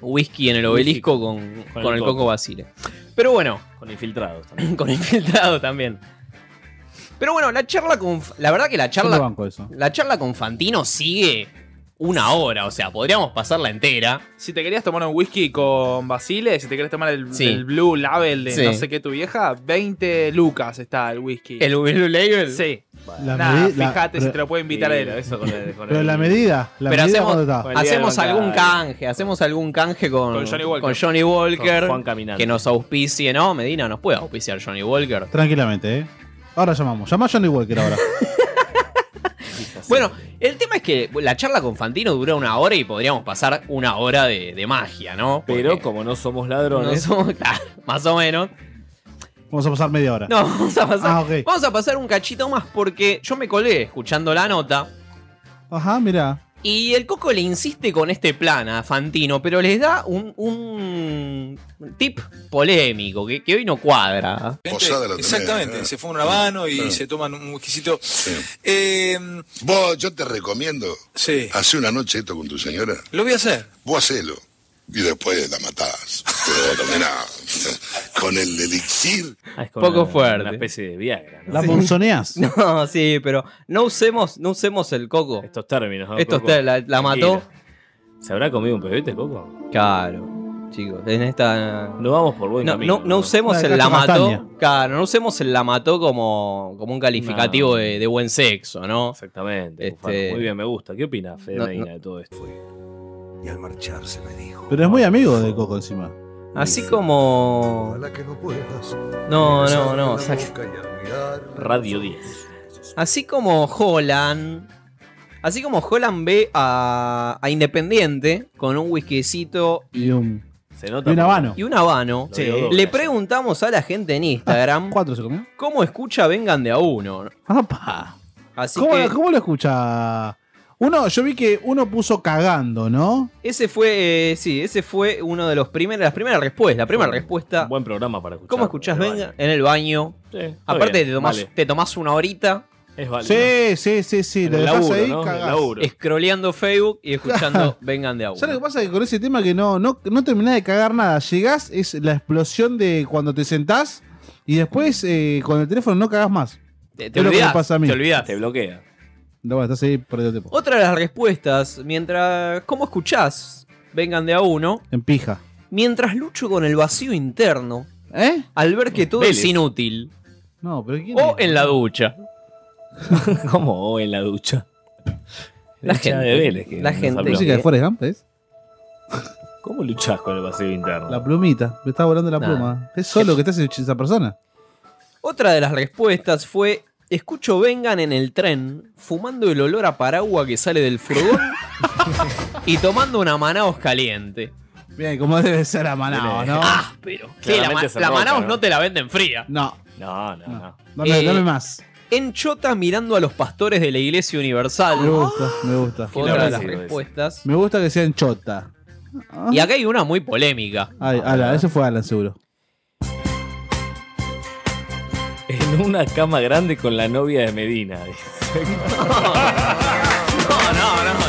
S3: whisky en el
S5: Whisky
S3: obelisco con,
S5: con
S3: con
S5: el
S3: el
S5: Coco.
S3: Coco Basile. Pero bueno.
S5: Con infiltrados también.
S3: con infiltrado también. Pero bueno, la charla con. La verdad que la
S4: Yo
S3: charla.
S4: no banco eso.
S3: La charla con Fantino sigue una hora, o sea, podríamos pasarla entera.
S6: Si te querías tomar un whisky con Basile, si te querés tomar el,
S3: Sí.
S6: el Blue Label de
S3: Sí.
S6: no sé qué tu vieja, 20 lucas está el whisky.
S3: ¿El Blue Label?
S6: Sí.
S4: La
S6: Nada,
S4: medi- la-
S6: fíjate si
S4: pero-
S6: te lo puede invitar él. Eso
S5: con
S4: Pero la medida, la
S3: Pero
S4: medida
S3: hacemos,
S4: cuando está.
S3: hacemos algún canje, hacemos algún canje con,
S6: Con Johnny Walker.
S3: con Johnny Walker,
S6: Con Juan Caminante.
S3: que nos auspicie, ¿no? Medina nos puede auspiciar Johnny Walker.
S4: Tranquilamente, ¿eh? Ahora llamamos. Llamá a Johnny Walker ahora.
S3: Bueno, el tema es que la charla con Fantino dura una hora y podríamos pasar una hora de, de magia, ¿no?
S5: Pero como no somos ladrones.
S3: No somos- claro, más o menos.
S4: Vamos a pasar media hora.
S3: No, vamos a pasar.
S4: Ah, ok.
S3: Vamos a pasar un cachito más porque yo me colé escuchando la nota.
S4: Ajá, mirá.
S3: Y el Coco le insiste con este plan a Fantino, pero les da un, un tip polémico que, que hoy no cuadra.
S15: Posada la tenés,
S14: Exactamente,
S15: ¿eh?
S14: se fue un habano y
S15: Claro.
S14: se toman un whiskycito. Eh,
S15: Vos, yo te recomiendo hacer una noche esto con tu señora.
S14: Lo voy a hacer.
S15: Vos hacelo. Y después la matás. Pero vos terminás con el elixir.
S5: es con
S3: Poco
S5: una-
S3: fuerte.
S5: Una especie de Viagra. ¿no?
S4: La monzoneas.
S3: No, sí, pero no usemos, no usemos el Coco.
S5: Estos términos. ¿no,
S3: Esto
S5: Coco?
S3: está- la, la mató.
S5: ¿Se habrá comido un pebete, Coco?
S3: Claro, chicos, en esta.
S5: No vamos por buen
S3: No,
S5: camino.
S3: no, no usemos
S5: Una
S3: el
S5: caja
S3: la mató.
S5: castaña.
S3: Claro, no usemos el la mató como, como un calificativo
S5: No.
S3: de, de buen sexo, ¿no?
S5: Exactamente. Cufaro.
S3: Este,
S5: Muy bien, me gusta. ¿Qué opina Fede
S3: No,
S5: Medina
S3: no.
S5: de todo esto?
S16: Y al marcharse me dijo.
S4: Pero es muy amigo de Coco encima.
S3: Así como.
S16: Ojalá que no puedas.
S3: No,
S16: besar
S3: no, no,
S16: la
S3: saca.
S16: boca y admirar
S5: Radio 10.
S3: Así como Holland. Así como Holland ve a, a Independiente con un whiskycito
S4: Y un.
S5: Se
S4: Y un habano.
S3: y un habano,
S4: Sí.
S3: le preguntamos a la gente en Instagram
S4: Ah, ¿Cuatro se comió?
S3: cómo escucha Vengan de a uno.
S4: ¡Apa!
S3: Así
S4: ¿Cómo,
S3: que
S4: ¿Cómo lo escucha Uno, yo vi que uno puso cagando, ¿no?
S3: Ese fue, eh, sí, ese fue uno de los primeros, las primeras respuestas, la primera respuesta.
S5: Buen programa para escuchar.
S3: ¿Cómo escuchás Venga? En el baño.
S5: Sí, está
S3: Aparte
S5: bien,
S3: te tomás,
S5: vale.
S3: te tomás una horita.
S5: Es
S4: Sí, sí, sí, sí. Lo dejás ahí, cagás.
S3: Escroleando Facebook y escuchando Vengan de a uno.
S4: ¿Sabes lo que pasa? Que con ese tema que no, no, no terminás de cagar nada. Llegás, es la explosión de cuando te sentás y después eh, con el teléfono no cagás más.
S3: Te,
S4: Es lo que me
S3: olvidas,
S4: pasa a mí.
S3: te olvidás.
S5: Te bloquea.
S4: No, bueno, estás ahí perdiendo tiempo.
S3: Otra de las respuestas, mientras. ¿Cómo escuchás? Vengan de a uno.
S4: En pija.
S3: Mientras lucho con el vacío interno.
S4: ¿Eh?
S3: Al ver que todo
S5: Vélez.
S3: es inútil.
S4: No, pero ¿quién
S3: O en la ducha.
S5: ¿Cómo o en la ducha?
S3: La
S5: Hincha
S3: gente.
S5: de Vélez que
S3: la
S5: nos
S3: gente.
S5: habló.
S4: Música de Forrest Gump, ¿es?
S5: ¿Cómo luchás con el vacío interno?
S4: La plumita. Me está volando la
S3: Nah.
S4: pluma. Es solo que te hace esa persona.
S3: Otra de las respuestas fue: Escucho vengan en el tren, fumando el olor a paraguas que sale del furgón y tomando una Manaos caliente.
S4: Bien, como debe ser a Manaos, ¿no?
S3: Ah, pero. ¿qué? La, ma-
S4: Claramente se
S3: la
S4: roca,
S3: Manaos
S4: ¿no?
S3: ¿no? te la venden fría. Eh,
S4: No.
S5: No, no, no.
S4: Dame, dame más.
S3: En Chota mirando a los pastores de la Iglesia Universal.
S4: Me gusta, me gusta.
S3: Fue otra de las respuestas.
S4: Me gusta que sean chota. Ah.
S3: Y acá hay una muy polémica.
S4: Ay,
S5: Ah,
S4: ala, ese fue Alan seguro.
S5: En una cama grande con la novia de Medina.
S3: No, no,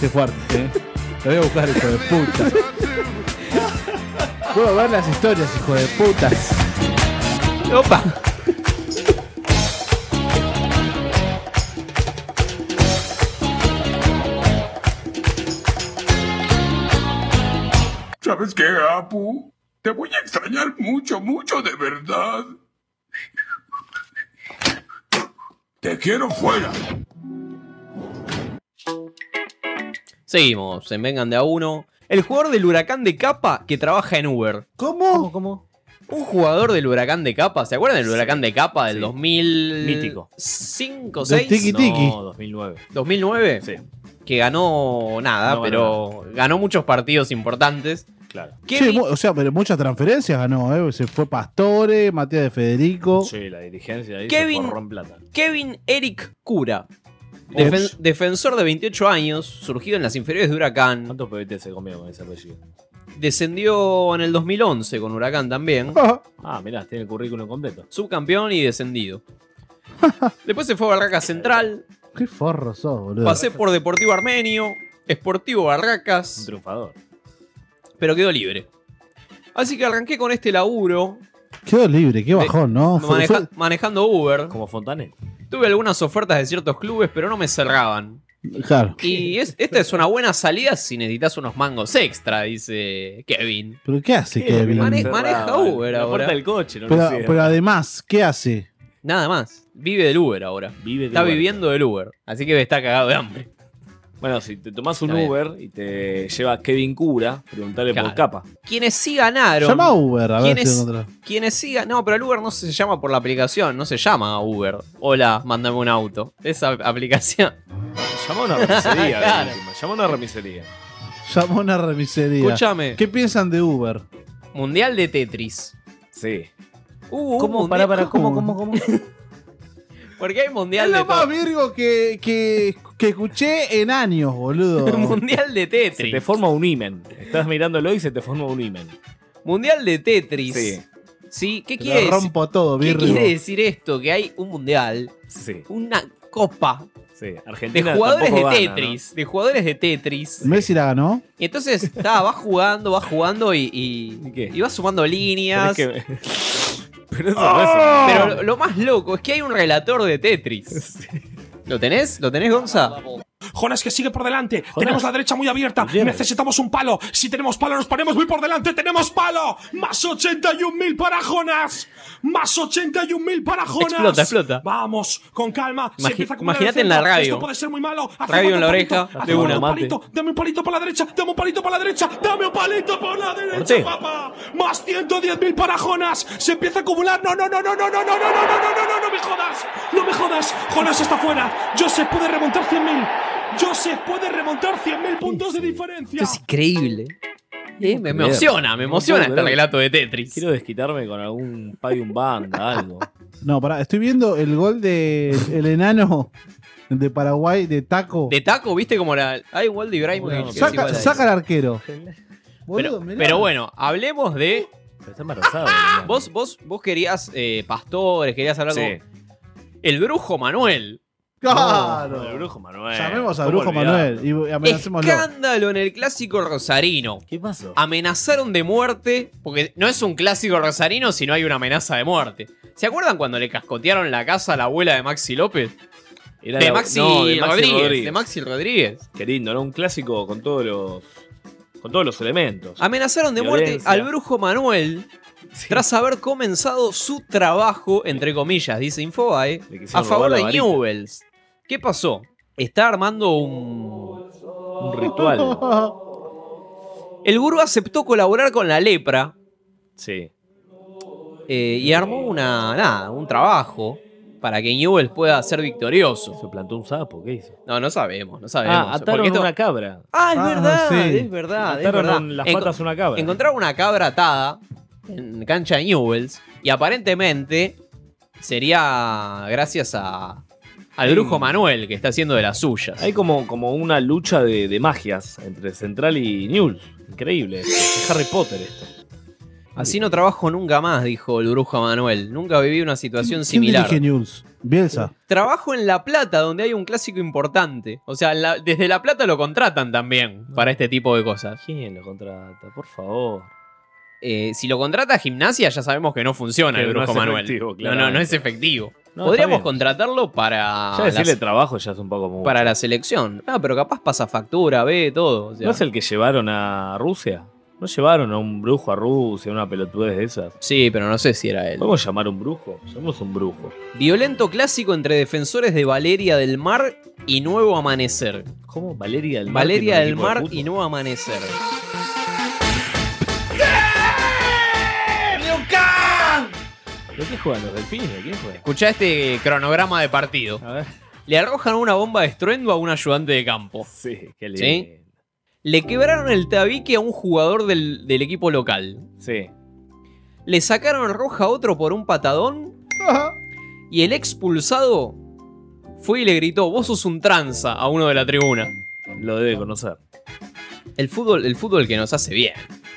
S4: Qué fuerte, eh. Lo voy a buscar, hijo de puta. Puedo ver las historias, hijo de puta.
S3: Opa.
S17: ¿Sabes qué, Apu? Te voy a extrañar mucho, mucho de verdad. Te quiero fuera.
S3: Seguimos, en Vengan de a uno. El jugador del Huracán de Capa que trabaja en Uber.
S4: ¿Cómo?
S5: ¿Cómo?
S3: Un jugador del Huracán de Capa, ¿se acuerdan del Huracán de Capa del 2000?
S5: Mítico.
S3: 5,
S5: Del
S3: 6.
S5: tiki tiki. No, 2009.
S3: 2009. Sí. Que ganó nada,
S5: No ganó
S3: pero ganó muchos partidos importantes.
S5: Claro.
S4: Sí, mu- o sea, pero muchas transferencias ganó, ¿eh? Se fue Pastore, Matías de Federico.
S5: Sí, la dirigencia ahí
S3: Kevin-
S5: se forró en plata.
S3: Kevin Eric Cura. defen-
S5: Ups.
S3: defensor de 28 años, surgido en las inferiores de Huracán.
S5: ¿Cuántos PBT se comió con ese apellido?
S3: Descendió en el 2011 con Huracán también.
S5: Ah, mirá, tiene el currículum completo.
S3: Subcampeón y descendido. Después se fue a Barracas Central.
S4: Qué forro sos, boludo.
S3: Pasé por Deportivo Armenio, Sportivo Barracas. Un
S5: triunfador.
S3: Pero quedó libre. Así que arranqué con este laburo,
S4: Quedó libre, qué bajón, ¿no? Fue-
S3: maneja-
S4: fue-
S3: manejando Uber.
S5: Como Fontanet.
S3: Tuve algunas ofertas de ciertos clubes, pero no me cerraban.
S4: claro.
S3: Y es- esta es una buena salida si necesitas unos mangos extra, dice Kevin.
S4: ¿Pero qué hace
S3: Mane-
S4: Kevin?
S3: maneja eh. Uber
S5: La
S3: ahora.
S5: puerta del coche, no lo
S4: Pero,
S5: sé.
S4: pero además, ¿qué hace?
S3: Nada más. Vive del Uber ahora.
S5: Vive del
S3: está
S5: Uber.
S3: viviendo del Uber. Así que está cagado de hambre.
S5: Bueno, si te tomás un
S3: Está bien.
S5: Uber y te lleva Kevin Cura, preguntale por
S3: Claro.
S5: capa.
S3: Quienes sí ganaron.
S4: Llama a Uber, a ver si
S3: quienes,
S4: lo encontrás.
S3: quienes sí gan- No, pero el Uber no se llama por la aplicación, no se llama Uber. Hola, mándame un auto. Esa aplicación.
S5: Llama a una remisería,
S3: Claro.
S5: de última, llama a una remisería.
S4: Llamó a una remisería.
S3: Escúchame.
S4: ¿Qué piensan de Uber?
S3: Mundial de Tetris.
S5: Sí.
S3: Uh, un
S5: ¿Cómo? Pará,
S3: mundial-
S5: pará, ¿cómo, cómo, cómo?
S3: Porque hay mundial
S4: Es
S3: de
S4: lo más
S3: todo.
S4: virgo que, que, que escuché en años, boludo.
S3: Mundial de
S5: Se
S3: Tetris.
S5: te forma un imen. Estás mirándolo y se te forma un imen.
S3: Mundial de Tetris.
S5: Sí.
S3: Sí, ¿qué
S4: Te
S3: quiere
S4: lo
S3: decir?
S4: rompo todo,
S3: ¿Qué
S4: virgo.
S3: quiere decir esto? Que hay un mundial,
S5: Sí,
S3: una copa
S5: sí.
S3: de
S5: Argentina
S3: jugadores de
S5: tampoco gana, ¿no?
S3: Tetris. De jugadores de Tetris.
S4: Messi la ganó.
S3: Y entonces está, va jugando, va jugando y, y, y va sumando líneas.
S5: Tenés que- Pero eso no es
S3: ¡Ah!
S5: un-
S3: Pero lo- lo más loco es que hay un relator de Tetris. ¿Lo tenés? ¿Lo tenés, Gonza?
S17: Jonas que sigue por delante. Tenemos la derecha muy abierta. Necesitamos un palo. Si tenemos palo, nos ponemos muy por delante. ¡Tenemos palo! ¡Más 81 mil para Jonas! ¡Más 81 mil para Jonas!
S3: Explota, explota.
S17: Vamos, con calma. Se
S3: Imagi-
S17: empieza a acumular
S3: imagínate en la
S17: centro.
S3: radio.
S17: Esto puede ser muy malo. Hace
S3: Radio en la
S17: falta un
S3: oreja,
S17: palito,
S3: de
S17: hace falta
S3: una.
S17: Un palito. Dame un palito para la derecha. Dame un palito para la derecha. Dame un palito por la derecha,
S5: Ortega.
S17: papá. Más 110 mil para Jonas. Se empieza a acumular. No, no, no, no, no, no, no, no, no, no, no, no, no, no me jodas. No me jodas. Jonas está fuera. Joseph puede remontar 100 mil. Joseph puede remontar 100 mil puntos de diferencia.
S3: Esto es increíble. Eh, me emociona, me emociona este relato de Tetris.
S5: Quiero desquitarme con algún Payum Banda, algo.
S4: No, pará, estoy viendo el gol de el enano de Paraguay de Taco.
S3: De taco, viste como la. Ah, igual de Ibrahimovic. que es
S4: saca,
S3: igual a
S4: saca al
S3: eso.
S4: arquero.
S3: Pero, pero bueno, hablemos de. Pero está embarazado. vos, vos, vos querías eh, pastores, querías hablar
S5: Sí.
S3: con. El brujo Manuel.
S4: Claro.
S5: El brujo Manuel.
S4: Llamemos al
S3: ¿cómo
S4: Brujo
S3: olvidar?
S4: Manuel y amenacémoslo.
S3: Escándalo en el clásico rosarino.
S5: ¿Qué pasó?
S3: Amenazaron de muerte, porque no es un clásico rosarino, sino hay una amenaza de muerte. ¿Se acuerdan cuando le cascotearon la casa a la abuela de Maxi López?
S5: Era
S3: de,
S5: la-
S3: Maxi
S5: no, de Maxi
S3: Rodríguez,
S5: Rodríguez.
S3: De Maxi Rodríguez.
S5: Qué lindo, ¿no? Un clásico con todos los. con todos los elementos.
S3: Amenazaron de muerte
S5: Violencia.
S3: al brujo Manuel tras haber comenzado su trabajo, entre comillas, dice Infobae, a
S5: quisieron robar
S3: favor
S5: la
S3: de
S5: varita.
S3: Newells. ¿Qué pasó? Está armando un...
S5: Un ritual.
S3: El gurú aceptó colaborar con la lepra
S5: Sí.
S3: eh, y armó una, nada, un trabajo para que Newells pueda ser victorioso.
S5: Se plantó un sapo, ¿qué hizo?
S3: No, no sabemos, no sabemos.
S5: Ah, ataron
S3: Porque esto-
S5: una cabra.
S3: Ah, es verdad,
S5: sí.
S3: es verdad, Ah, es
S5: Ataron
S3: verdad.
S5: en las
S3: Enco-
S5: patas una cabra.
S3: Encontraron una cabra atada en cancha de Newells y aparentemente sería gracias a, al brujo Manuel que está haciendo de las suyas.
S5: Hay como, como una lucha de, de magias entre Central y Newell. Increíble. Es Harry Potter esto.
S3: Así no trabajo nunca más, dijo el brujo Manuel. Nunca viví una situación
S4: ¿Quién
S3: similar.
S4: dirige News? Bielsa.
S3: Trabajo en La Plata, donde hay un clásico importante. O sea, la- desde La Plata lo contratan también para este tipo de cosas.
S5: ¿Quién lo contrata? Por favor.
S3: Eh, si lo contrata gimnasia, ya sabemos que no funciona
S5: Que
S3: el
S5: no
S3: brujo
S5: es
S3: Manuel.
S5: efectivo,
S3: no, no, no
S5: claramente.
S3: es efectivo.
S5: No,
S3: Podríamos
S5: está bien.
S3: contratarlo para
S5: ya decirle
S3: Ah, las-
S5: trabajo ya es un poco mucho.
S3: para la selección. Ah, pero capaz pasa factura, ve todo. o sea.
S5: ¿No es el que llevaron a Rusia? ¿No llevaron a un brujo a Rusia, una pelotudez de esas?
S3: Sí, pero no sé si era él.
S5: ¿Podemos llamar un brujo? Somos un brujo.
S3: Violento clásico entre defensores de Valeria del Mar y Nuevo Amanecer.
S5: ¿Cómo? Valeria del Mar.
S3: Valeria
S5: tiene
S3: del
S5: un equipo de
S3: Mar
S5: fútbol?
S3: y Nuevo Amanecer.
S5: ¿Pero qué juegan los delfines? ¿Quién juega?
S3: Escuchá este cronograma de partido. Le arrojan una bomba de estruendo a un ayudante de campo.
S5: Sí, qué lindo.
S3: ¿Sí? Le quebraron el tabique a un jugador del, del equipo local.
S5: Sí.
S3: Le sacaron roja a otro por un patadón. Y el expulsado fue y le gritó: Vos sos un tranza a uno de la tribuna.
S5: Lo debe conocer.
S3: El fútbol, el fútbol que nos hace bien.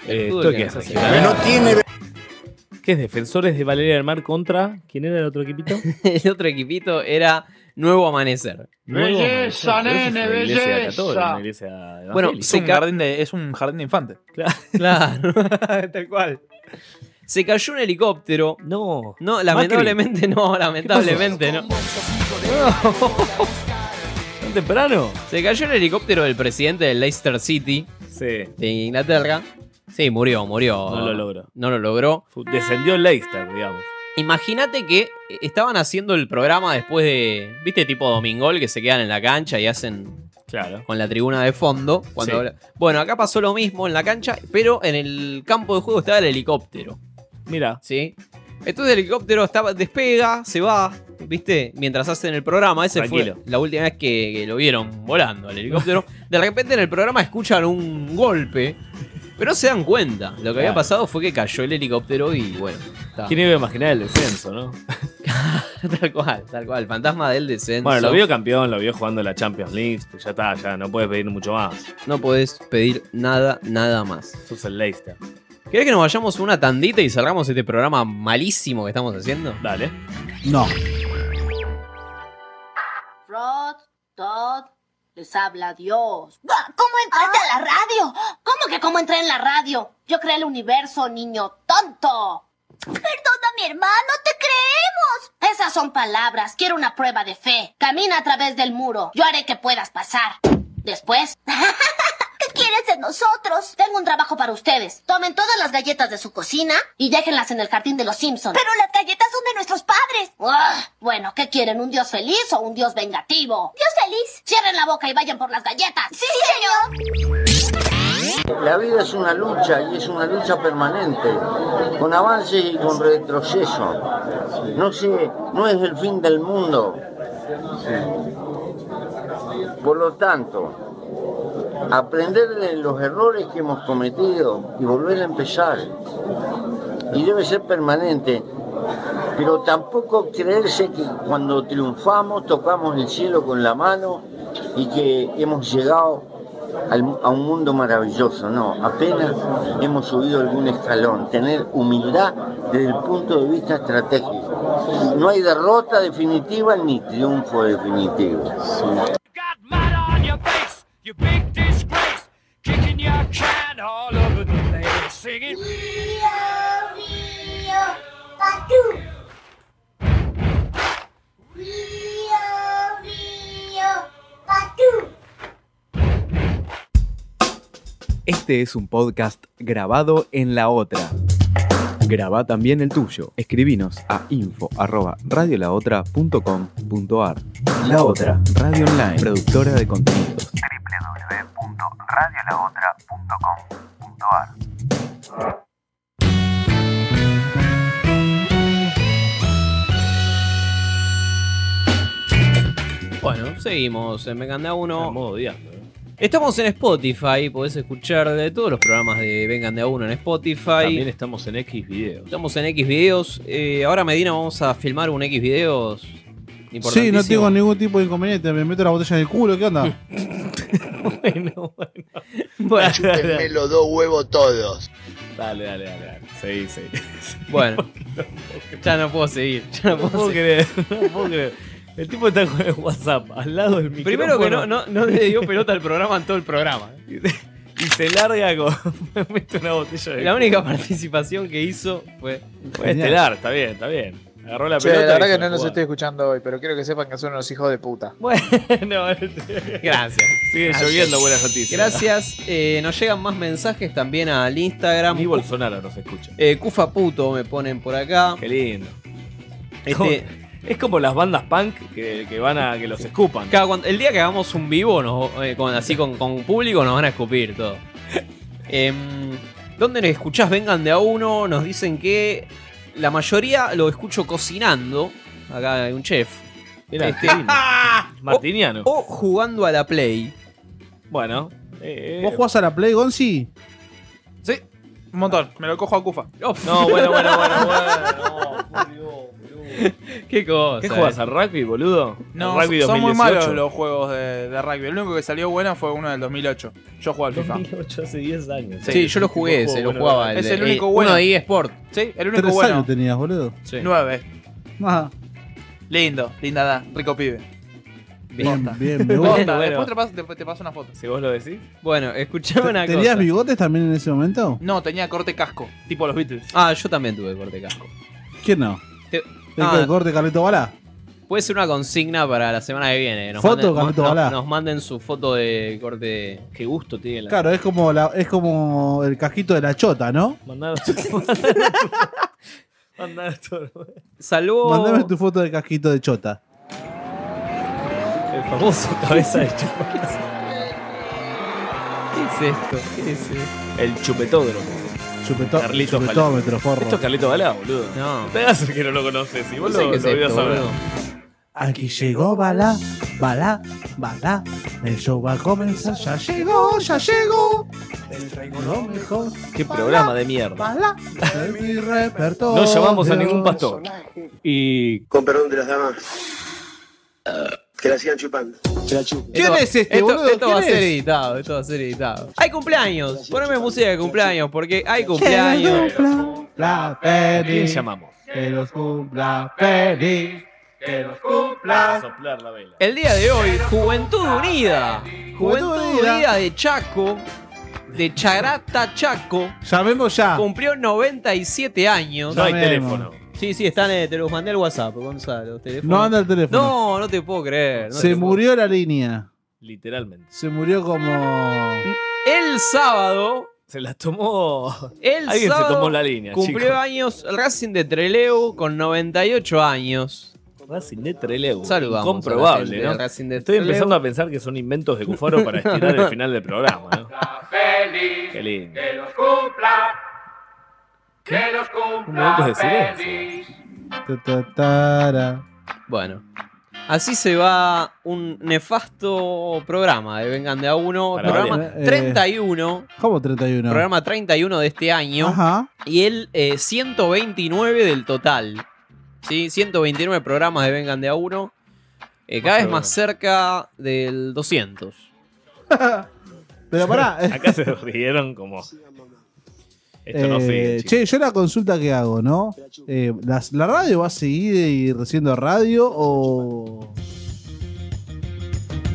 S3: El
S5: Eh,
S3: fútbol
S5: esto
S3: que
S5: que
S3: nos
S5: hace
S3: hace
S5: bien.
S3: bien.
S5: ¿Qué es? Defensores de Valeria del Mar contra. ¿Quién era el otro equipito?
S3: El otro equipito era Nuevo Amanecer.
S5: Belleza,
S3: Nuevo Amanecer.
S5: nene,
S3: Pero eso es una iglesia católica, una iglesia- Bueno,
S6: Bueno, es
S3: se
S6: un,
S3: ca-
S6: jardín de, es un jardín de infante.
S3: Claro, tal cual. Se cayó un helicóptero.
S5: No.
S3: No, lamentablemente no, lamentablemente no.
S5: ¿Tan temprano?
S3: Se cayó un helicóptero del presidente del Leicester City
S5: Sí.
S3: de Inglaterra. Sí, murió, murió.
S5: No lo logró.
S3: No lo logró.
S5: Descendió el Leicester, digamos.
S3: Imagínate que estaban haciendo el programa después de. ¿Viste? Tipo Domingol que se quedan en la cancha y hacen.
S5: Claro.
S3: Con la tribuna de fondo. Cuando
S5: Sí.
S3: habla- Bueno, acá pasó lo mismo en la cancha, pero en el campo de juego estaba el helicóptero.
S5: Mira.
S3: ¿Sí? Entonces el helicóptero estaba, despega, se va, ¿viste? Mientras hacen el programa. Ese
S5: Tranquilo.
S3: fue la última vez que, que lo vieron volando al helicóptero. De repente en el programa escuchan un golpe, pero no se dan cuenta. Lo que había
S5: Claro.
S3: pasado fue que cayó el helicóptero y bueno. está.
S5: Ah. ¿Quién iba a imaginar el descenso, no?
S3: Tal cual, tal cual. El fantasma del descenso.
S5: Bueno, lo vio campeón, lo vio jugando la Champions League. pues Ya está, ya no puedes pedir mucho más.
S3: No podés pedir nada, nada más.
S5: Sos el Leicester.
S3: ¿Querés que nos vayamos una tandita y salgamos este programa malísimo que estamos haciendo?
S5: Dale.
S4: No.
S18: Rod, Todd, les habla Dios. Ah, ¿Cómo entraste a la radio? ¿Cómo que cómo entré en la radio? Yo creé el universo, niño tonto. Perdona, mi hermano, te creemos. Esas son palabras. Quiero una prueba de fe. Camina a través del muro. Yo haré que puedas pasar. Después. ¿Qué quieres de nosotros? Tengo un trabajo para ustedes. Tomen todas las galletas de su cocina y déjenlas en el jardín de los Simpsons. Pero las galletas son de nuestros padres. bueno, ¿qué quieren? ¿Un dios feliz o un dios vengativo? Dios feliz. Cierren la boca y vayan por las galletas. Sí, señor.
S19: La vida es una lucha y es una lucha permanente, con avance y con retroceso. No sé, no es el fin del mundo. Por lo tanto, aprender de los errores que hemos cometido y volver a empezar. Y debe ser permanente, pero tampoco creerse que cuando triunfamos tocamos el cielo con la mano y que hemos llegado al- a un mundo maravilloso, no, apenas hemos subido algún escalón, tener humildad desde el punto de vista estratégico. No hay derrota definitiva ni triunfo definitivo.
S2: Kicking your can all over the place, singing. Rio, Rio, Batu. Rio, Rio, Batu.
S1: Este es un podcast grabado en la otra. Graba también el tuyo. Escribinos a info@radiolaotra.com.ar. La Otra, Radio Online, productora de contenidos.
S2: www.radiolaotra.com.ar
S3: Bueno, seguimos en Me Candea 1. eh. Estamos en Spotify, podés escuchar de todos los programas de Vengan de a uno en Spotify.
S5: También
S3: estamos en X videos. Estamos en X videos. Eh, ahora Medina vamos a filmar un X videos.
S4: Sí, no tengo ningún tipo de inconveniente. Me meto la botella en el culo, ¿qué onda?
S3: Chúpenme
S20: los dos huevos todos.
S5: Dale, dale, dale. dale. Sí, sí.
S3: Bueno, ya no puedo seguir. Ya no
S5: No
S3: puedo,
S5: puedo
S3: seguir.
S5: creer, no puedo creer. El tipo está con el WhatsApp al lado del micrófono.
S3: Primero que no, no, no le dio pelota al programa en todo el programa.
S5: Y se larga con. Me mete una botella de.
S3: La única participación que hizo fue.
S5: Fue estelar, está bien, está bien. Agarró la
S20: Che, la
S5: pelota. y
S20: verdad que no
S5: fue
S20: los
S5: jugando.
S20: estoy escuchando hoy, pero quiero que sepan que son unos hijos de puta.
S5: No,
S3: este, Gracias.
S5: Sigue
S3: Gracias.
S5: lloviendo buenas noticias.
S3: Gracias. Eh, nos llegan más mensajes también al Instagram.
S5: Ni Bolsonaro nos escucha.
S3: Eh, Cufa puto me ponen por acá.
S5: Qué lindo.
S3: Este-
S5: Es como las bandas punk que, que van a que los escupan.
S3: Cada cuan- el día que hagamos un vivo, nos- eh, con- así con, con público, nos van a escupir todo. Em, ¿Dónde nos escuchás? Vengan de a uno. Nos dicen que la mayoría lo escucho cocinando. Acá hay un chef.
S5: Mirá,
S3: Este,
S5: qué lindo. Martiniano.
S3: o jugando a la Play.
S5: Bueno. Eh,
S4: ¿Vos jugás a la Play, Gonzi?
S6: Sí, un montón. Me lo cojo a Cufa.
S5: No, bueno, bueno, bueno,
S3: ¿Qué cosa?
S5: ¿Qué
S6: eh?
S5: jugás al rugby, boludo?
S6: No,
S5: Al rugby
S6: son muy
S5: 2018.
S6: malos los juegos de, de rugby. El único que salió bueno fue uno del 2008. Yo jugué al FIFA.
S5: 2008 hace 10 años.
S3: Sí, yo lo jugué ese, lo jugaba.
S6: Es
S3: de-
S6: el único
S3: eh,
S6: bueno.
S3: Uno de eSport.
S6: Sí, el único
S4: Tres
S6: bueno.
S4: años tenías, boludo. Ah.
S3: Sí.
S6: Nueve.
S4: Ajá.
S6: Lindo, linda edad, rico pibe.
S4: Bien,
S6: Posta.
S4: bien, me
S6: Posta,
S4: gusta.
S6: Después te paso, te- te paso una foto.
S5: Si vos lo decís.
S3: Bueno, escuchame una cosa.
S4: ¿Tenías bigotes también en ese momento?
S6: No, tenía corte casco, tipo los Beatles.
S3: Ah, yo también tuve corte casco.
S4: ¿Quién no?
S3: Te-
S4: ¿El
S3: Ah.
S4: corte Carlito Balá?
S3: Puede ser una consigna para la semana que viene.
S4: Foto,
S3: manden,
S4: Carlito
S3: nos-
S4: Balá.
S3: nos manden su foto de corte.
S5: Qué gusto tiene la.
S4: Claro, es como, la, es como el casquito de la chota, ¿no?
S5: Mandar Mandar todo. Oh.
S3: Salvo.
S4: Mandame tu foto del casquito de chota.
S5: El famoso cabeza de chupas.
S3: ¿Qué es esto? ¿Qué es esto?
S5: El chupetódromo.
S4: Chupeto-
S5: Carlitos Balá.
S4: chupetómetro, forro.
S5: Esto es Carlito Balá, boludo.
S3: No.
S5: Te hagas el que no lo conoces. Y vos
S4: No sé
S5: lo,
S4: qué es
S5: lo ibas
S4: esto,
S5: a ver.
S4: boludo. Aquí llegó Balá, Balá, Balá. El show va a comenzar. Ya llegó, ya llegó. El traigo lo mejor.
S5: Qué programa de mierda.
S4: Balá. de mi repertorio.
S5: No llamamos a ningún pastor. Y.
S21: Con perdón de las damas. Que la sigan chupando. este, Que la chupen.
S3: Esto- esto, Esto va a ser editado, esto va a ser editado. Hay cumpleaños. Poneme música de cumpleaños, porque hay cumpleaños.
S4: La feliz.
S3: ¿Quién llamamos?
S4: Que los cumpla feliz. Que los cumpla.
S5: Soplar la vela.
S3: El día de hoy, Juventud Unida. Juventud Unida de Chaco, de Charata Chaco,
S4: Llamemos ya.
S3: cumplió 97 años.
S5: No hay Llamemos. teléfono.
S3: Sí, sí, están, eh, te los mandé al WhatsApp, Gonzalo. teléfono.
S4: No anda el teléfono.
S3: No, no te puedo creer. no
S4: Se
S3: te puedo-
S4: murió la línea.
S5: Literalmente.
S4: Se murió como.
S3: El sábado.
S5: Se la tomó.
S3: El
S5: Alguien se
S3: sábado
S5: tomó la línea.
S3: Cumplió
S5: chicos.
S3: años Racing de Trelew con 98 años.
S5: Racing de Trelew.
S3: Saludamos.
S5: Comprobable,
S3: a la gente
S5: ¿no?
S3: de Racing de
S5: Estoy
S3: Trelew.
S5: empezando a pensar que son inventos de Cufaro para estirar el final del programa, ¿no? Qué lindo.
S2: Que los cumpla. Que los
S5: Un momento
S2: cumpla.
S5: de silencio.
S4: Ta, ta, tara.
S3: Bueno. Así se va un nefasto programa de Vengan de a uno.
S4: Para
S3: programa
S4: variar. Eh,
S3: 31.
S4: ¿Cómo 31?
S3: Programa 31 de este año.
S4: Ajá.
S3: Y el eh, 129 del total. ¿Sí? 129 programas de Vengan de a uno. Eh, cada vez más cerca del 200.
S4: Pero pará.
S5: Acá se rieron como. Esto no
S4: Eh,
S5: sigue. chicos.
S4: che, yo la consulta que hago, ¿no? Eh, las- ¿La radio va a seguir y siendo radio o.?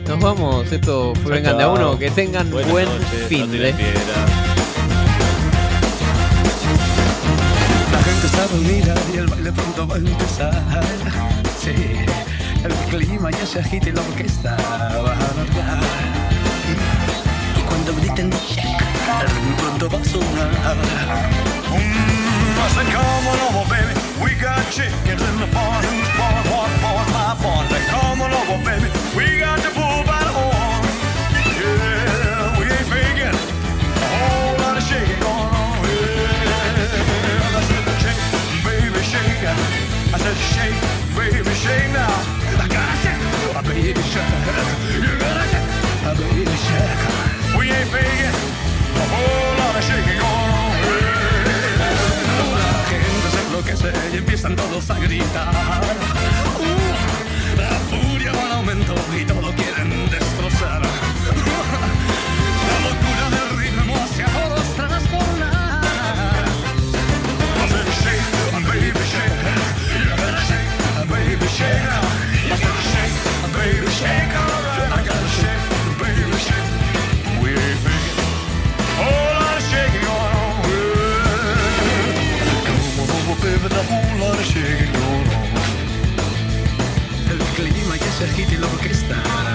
S3: Nos vamos. Esto fue Vengan de a uno. Que tengan
S4: Buenas
S3: buen
S4: noches,
S3: fin.
S4: no
S3: de-
S4: tiren
S8: La gente está dormida y el baile pronto va a empezar. Sí, el clima ya se agita y la orquesta va a bailar. Y cuando griten check, pronto va a sonar. Mm, I said, come on over, baby, we got chickens in the barn. Who's born, what born, my born? They come on over, baby, we got the bull by the horn. Yeah, we ain't faking. A whole lot of shaking going on. Yeah, I said, shake, baby, shake. I said, shake, baby, shake now. I gotta shake, a baby shake. You gotta shake, a baby shake. We ain't faking. A whole lot of shaking going on. Yeah. La gente se e, enloquece y empiezan todos a gritar. Uh, la furia va en aumento y todo quieren destrozar. La locura del ritmo hacia todos transformar. I said, shake, baby, shake. You gotta shake, baby, shake now. I said, shake, baby, shake. All right, I gotta shake, baby, shake. We ain't faking. Whole lot of shaking going on. Yeah. Come on over, baby, the whole lot of shaking going on. El clima ya se agita y la orquesta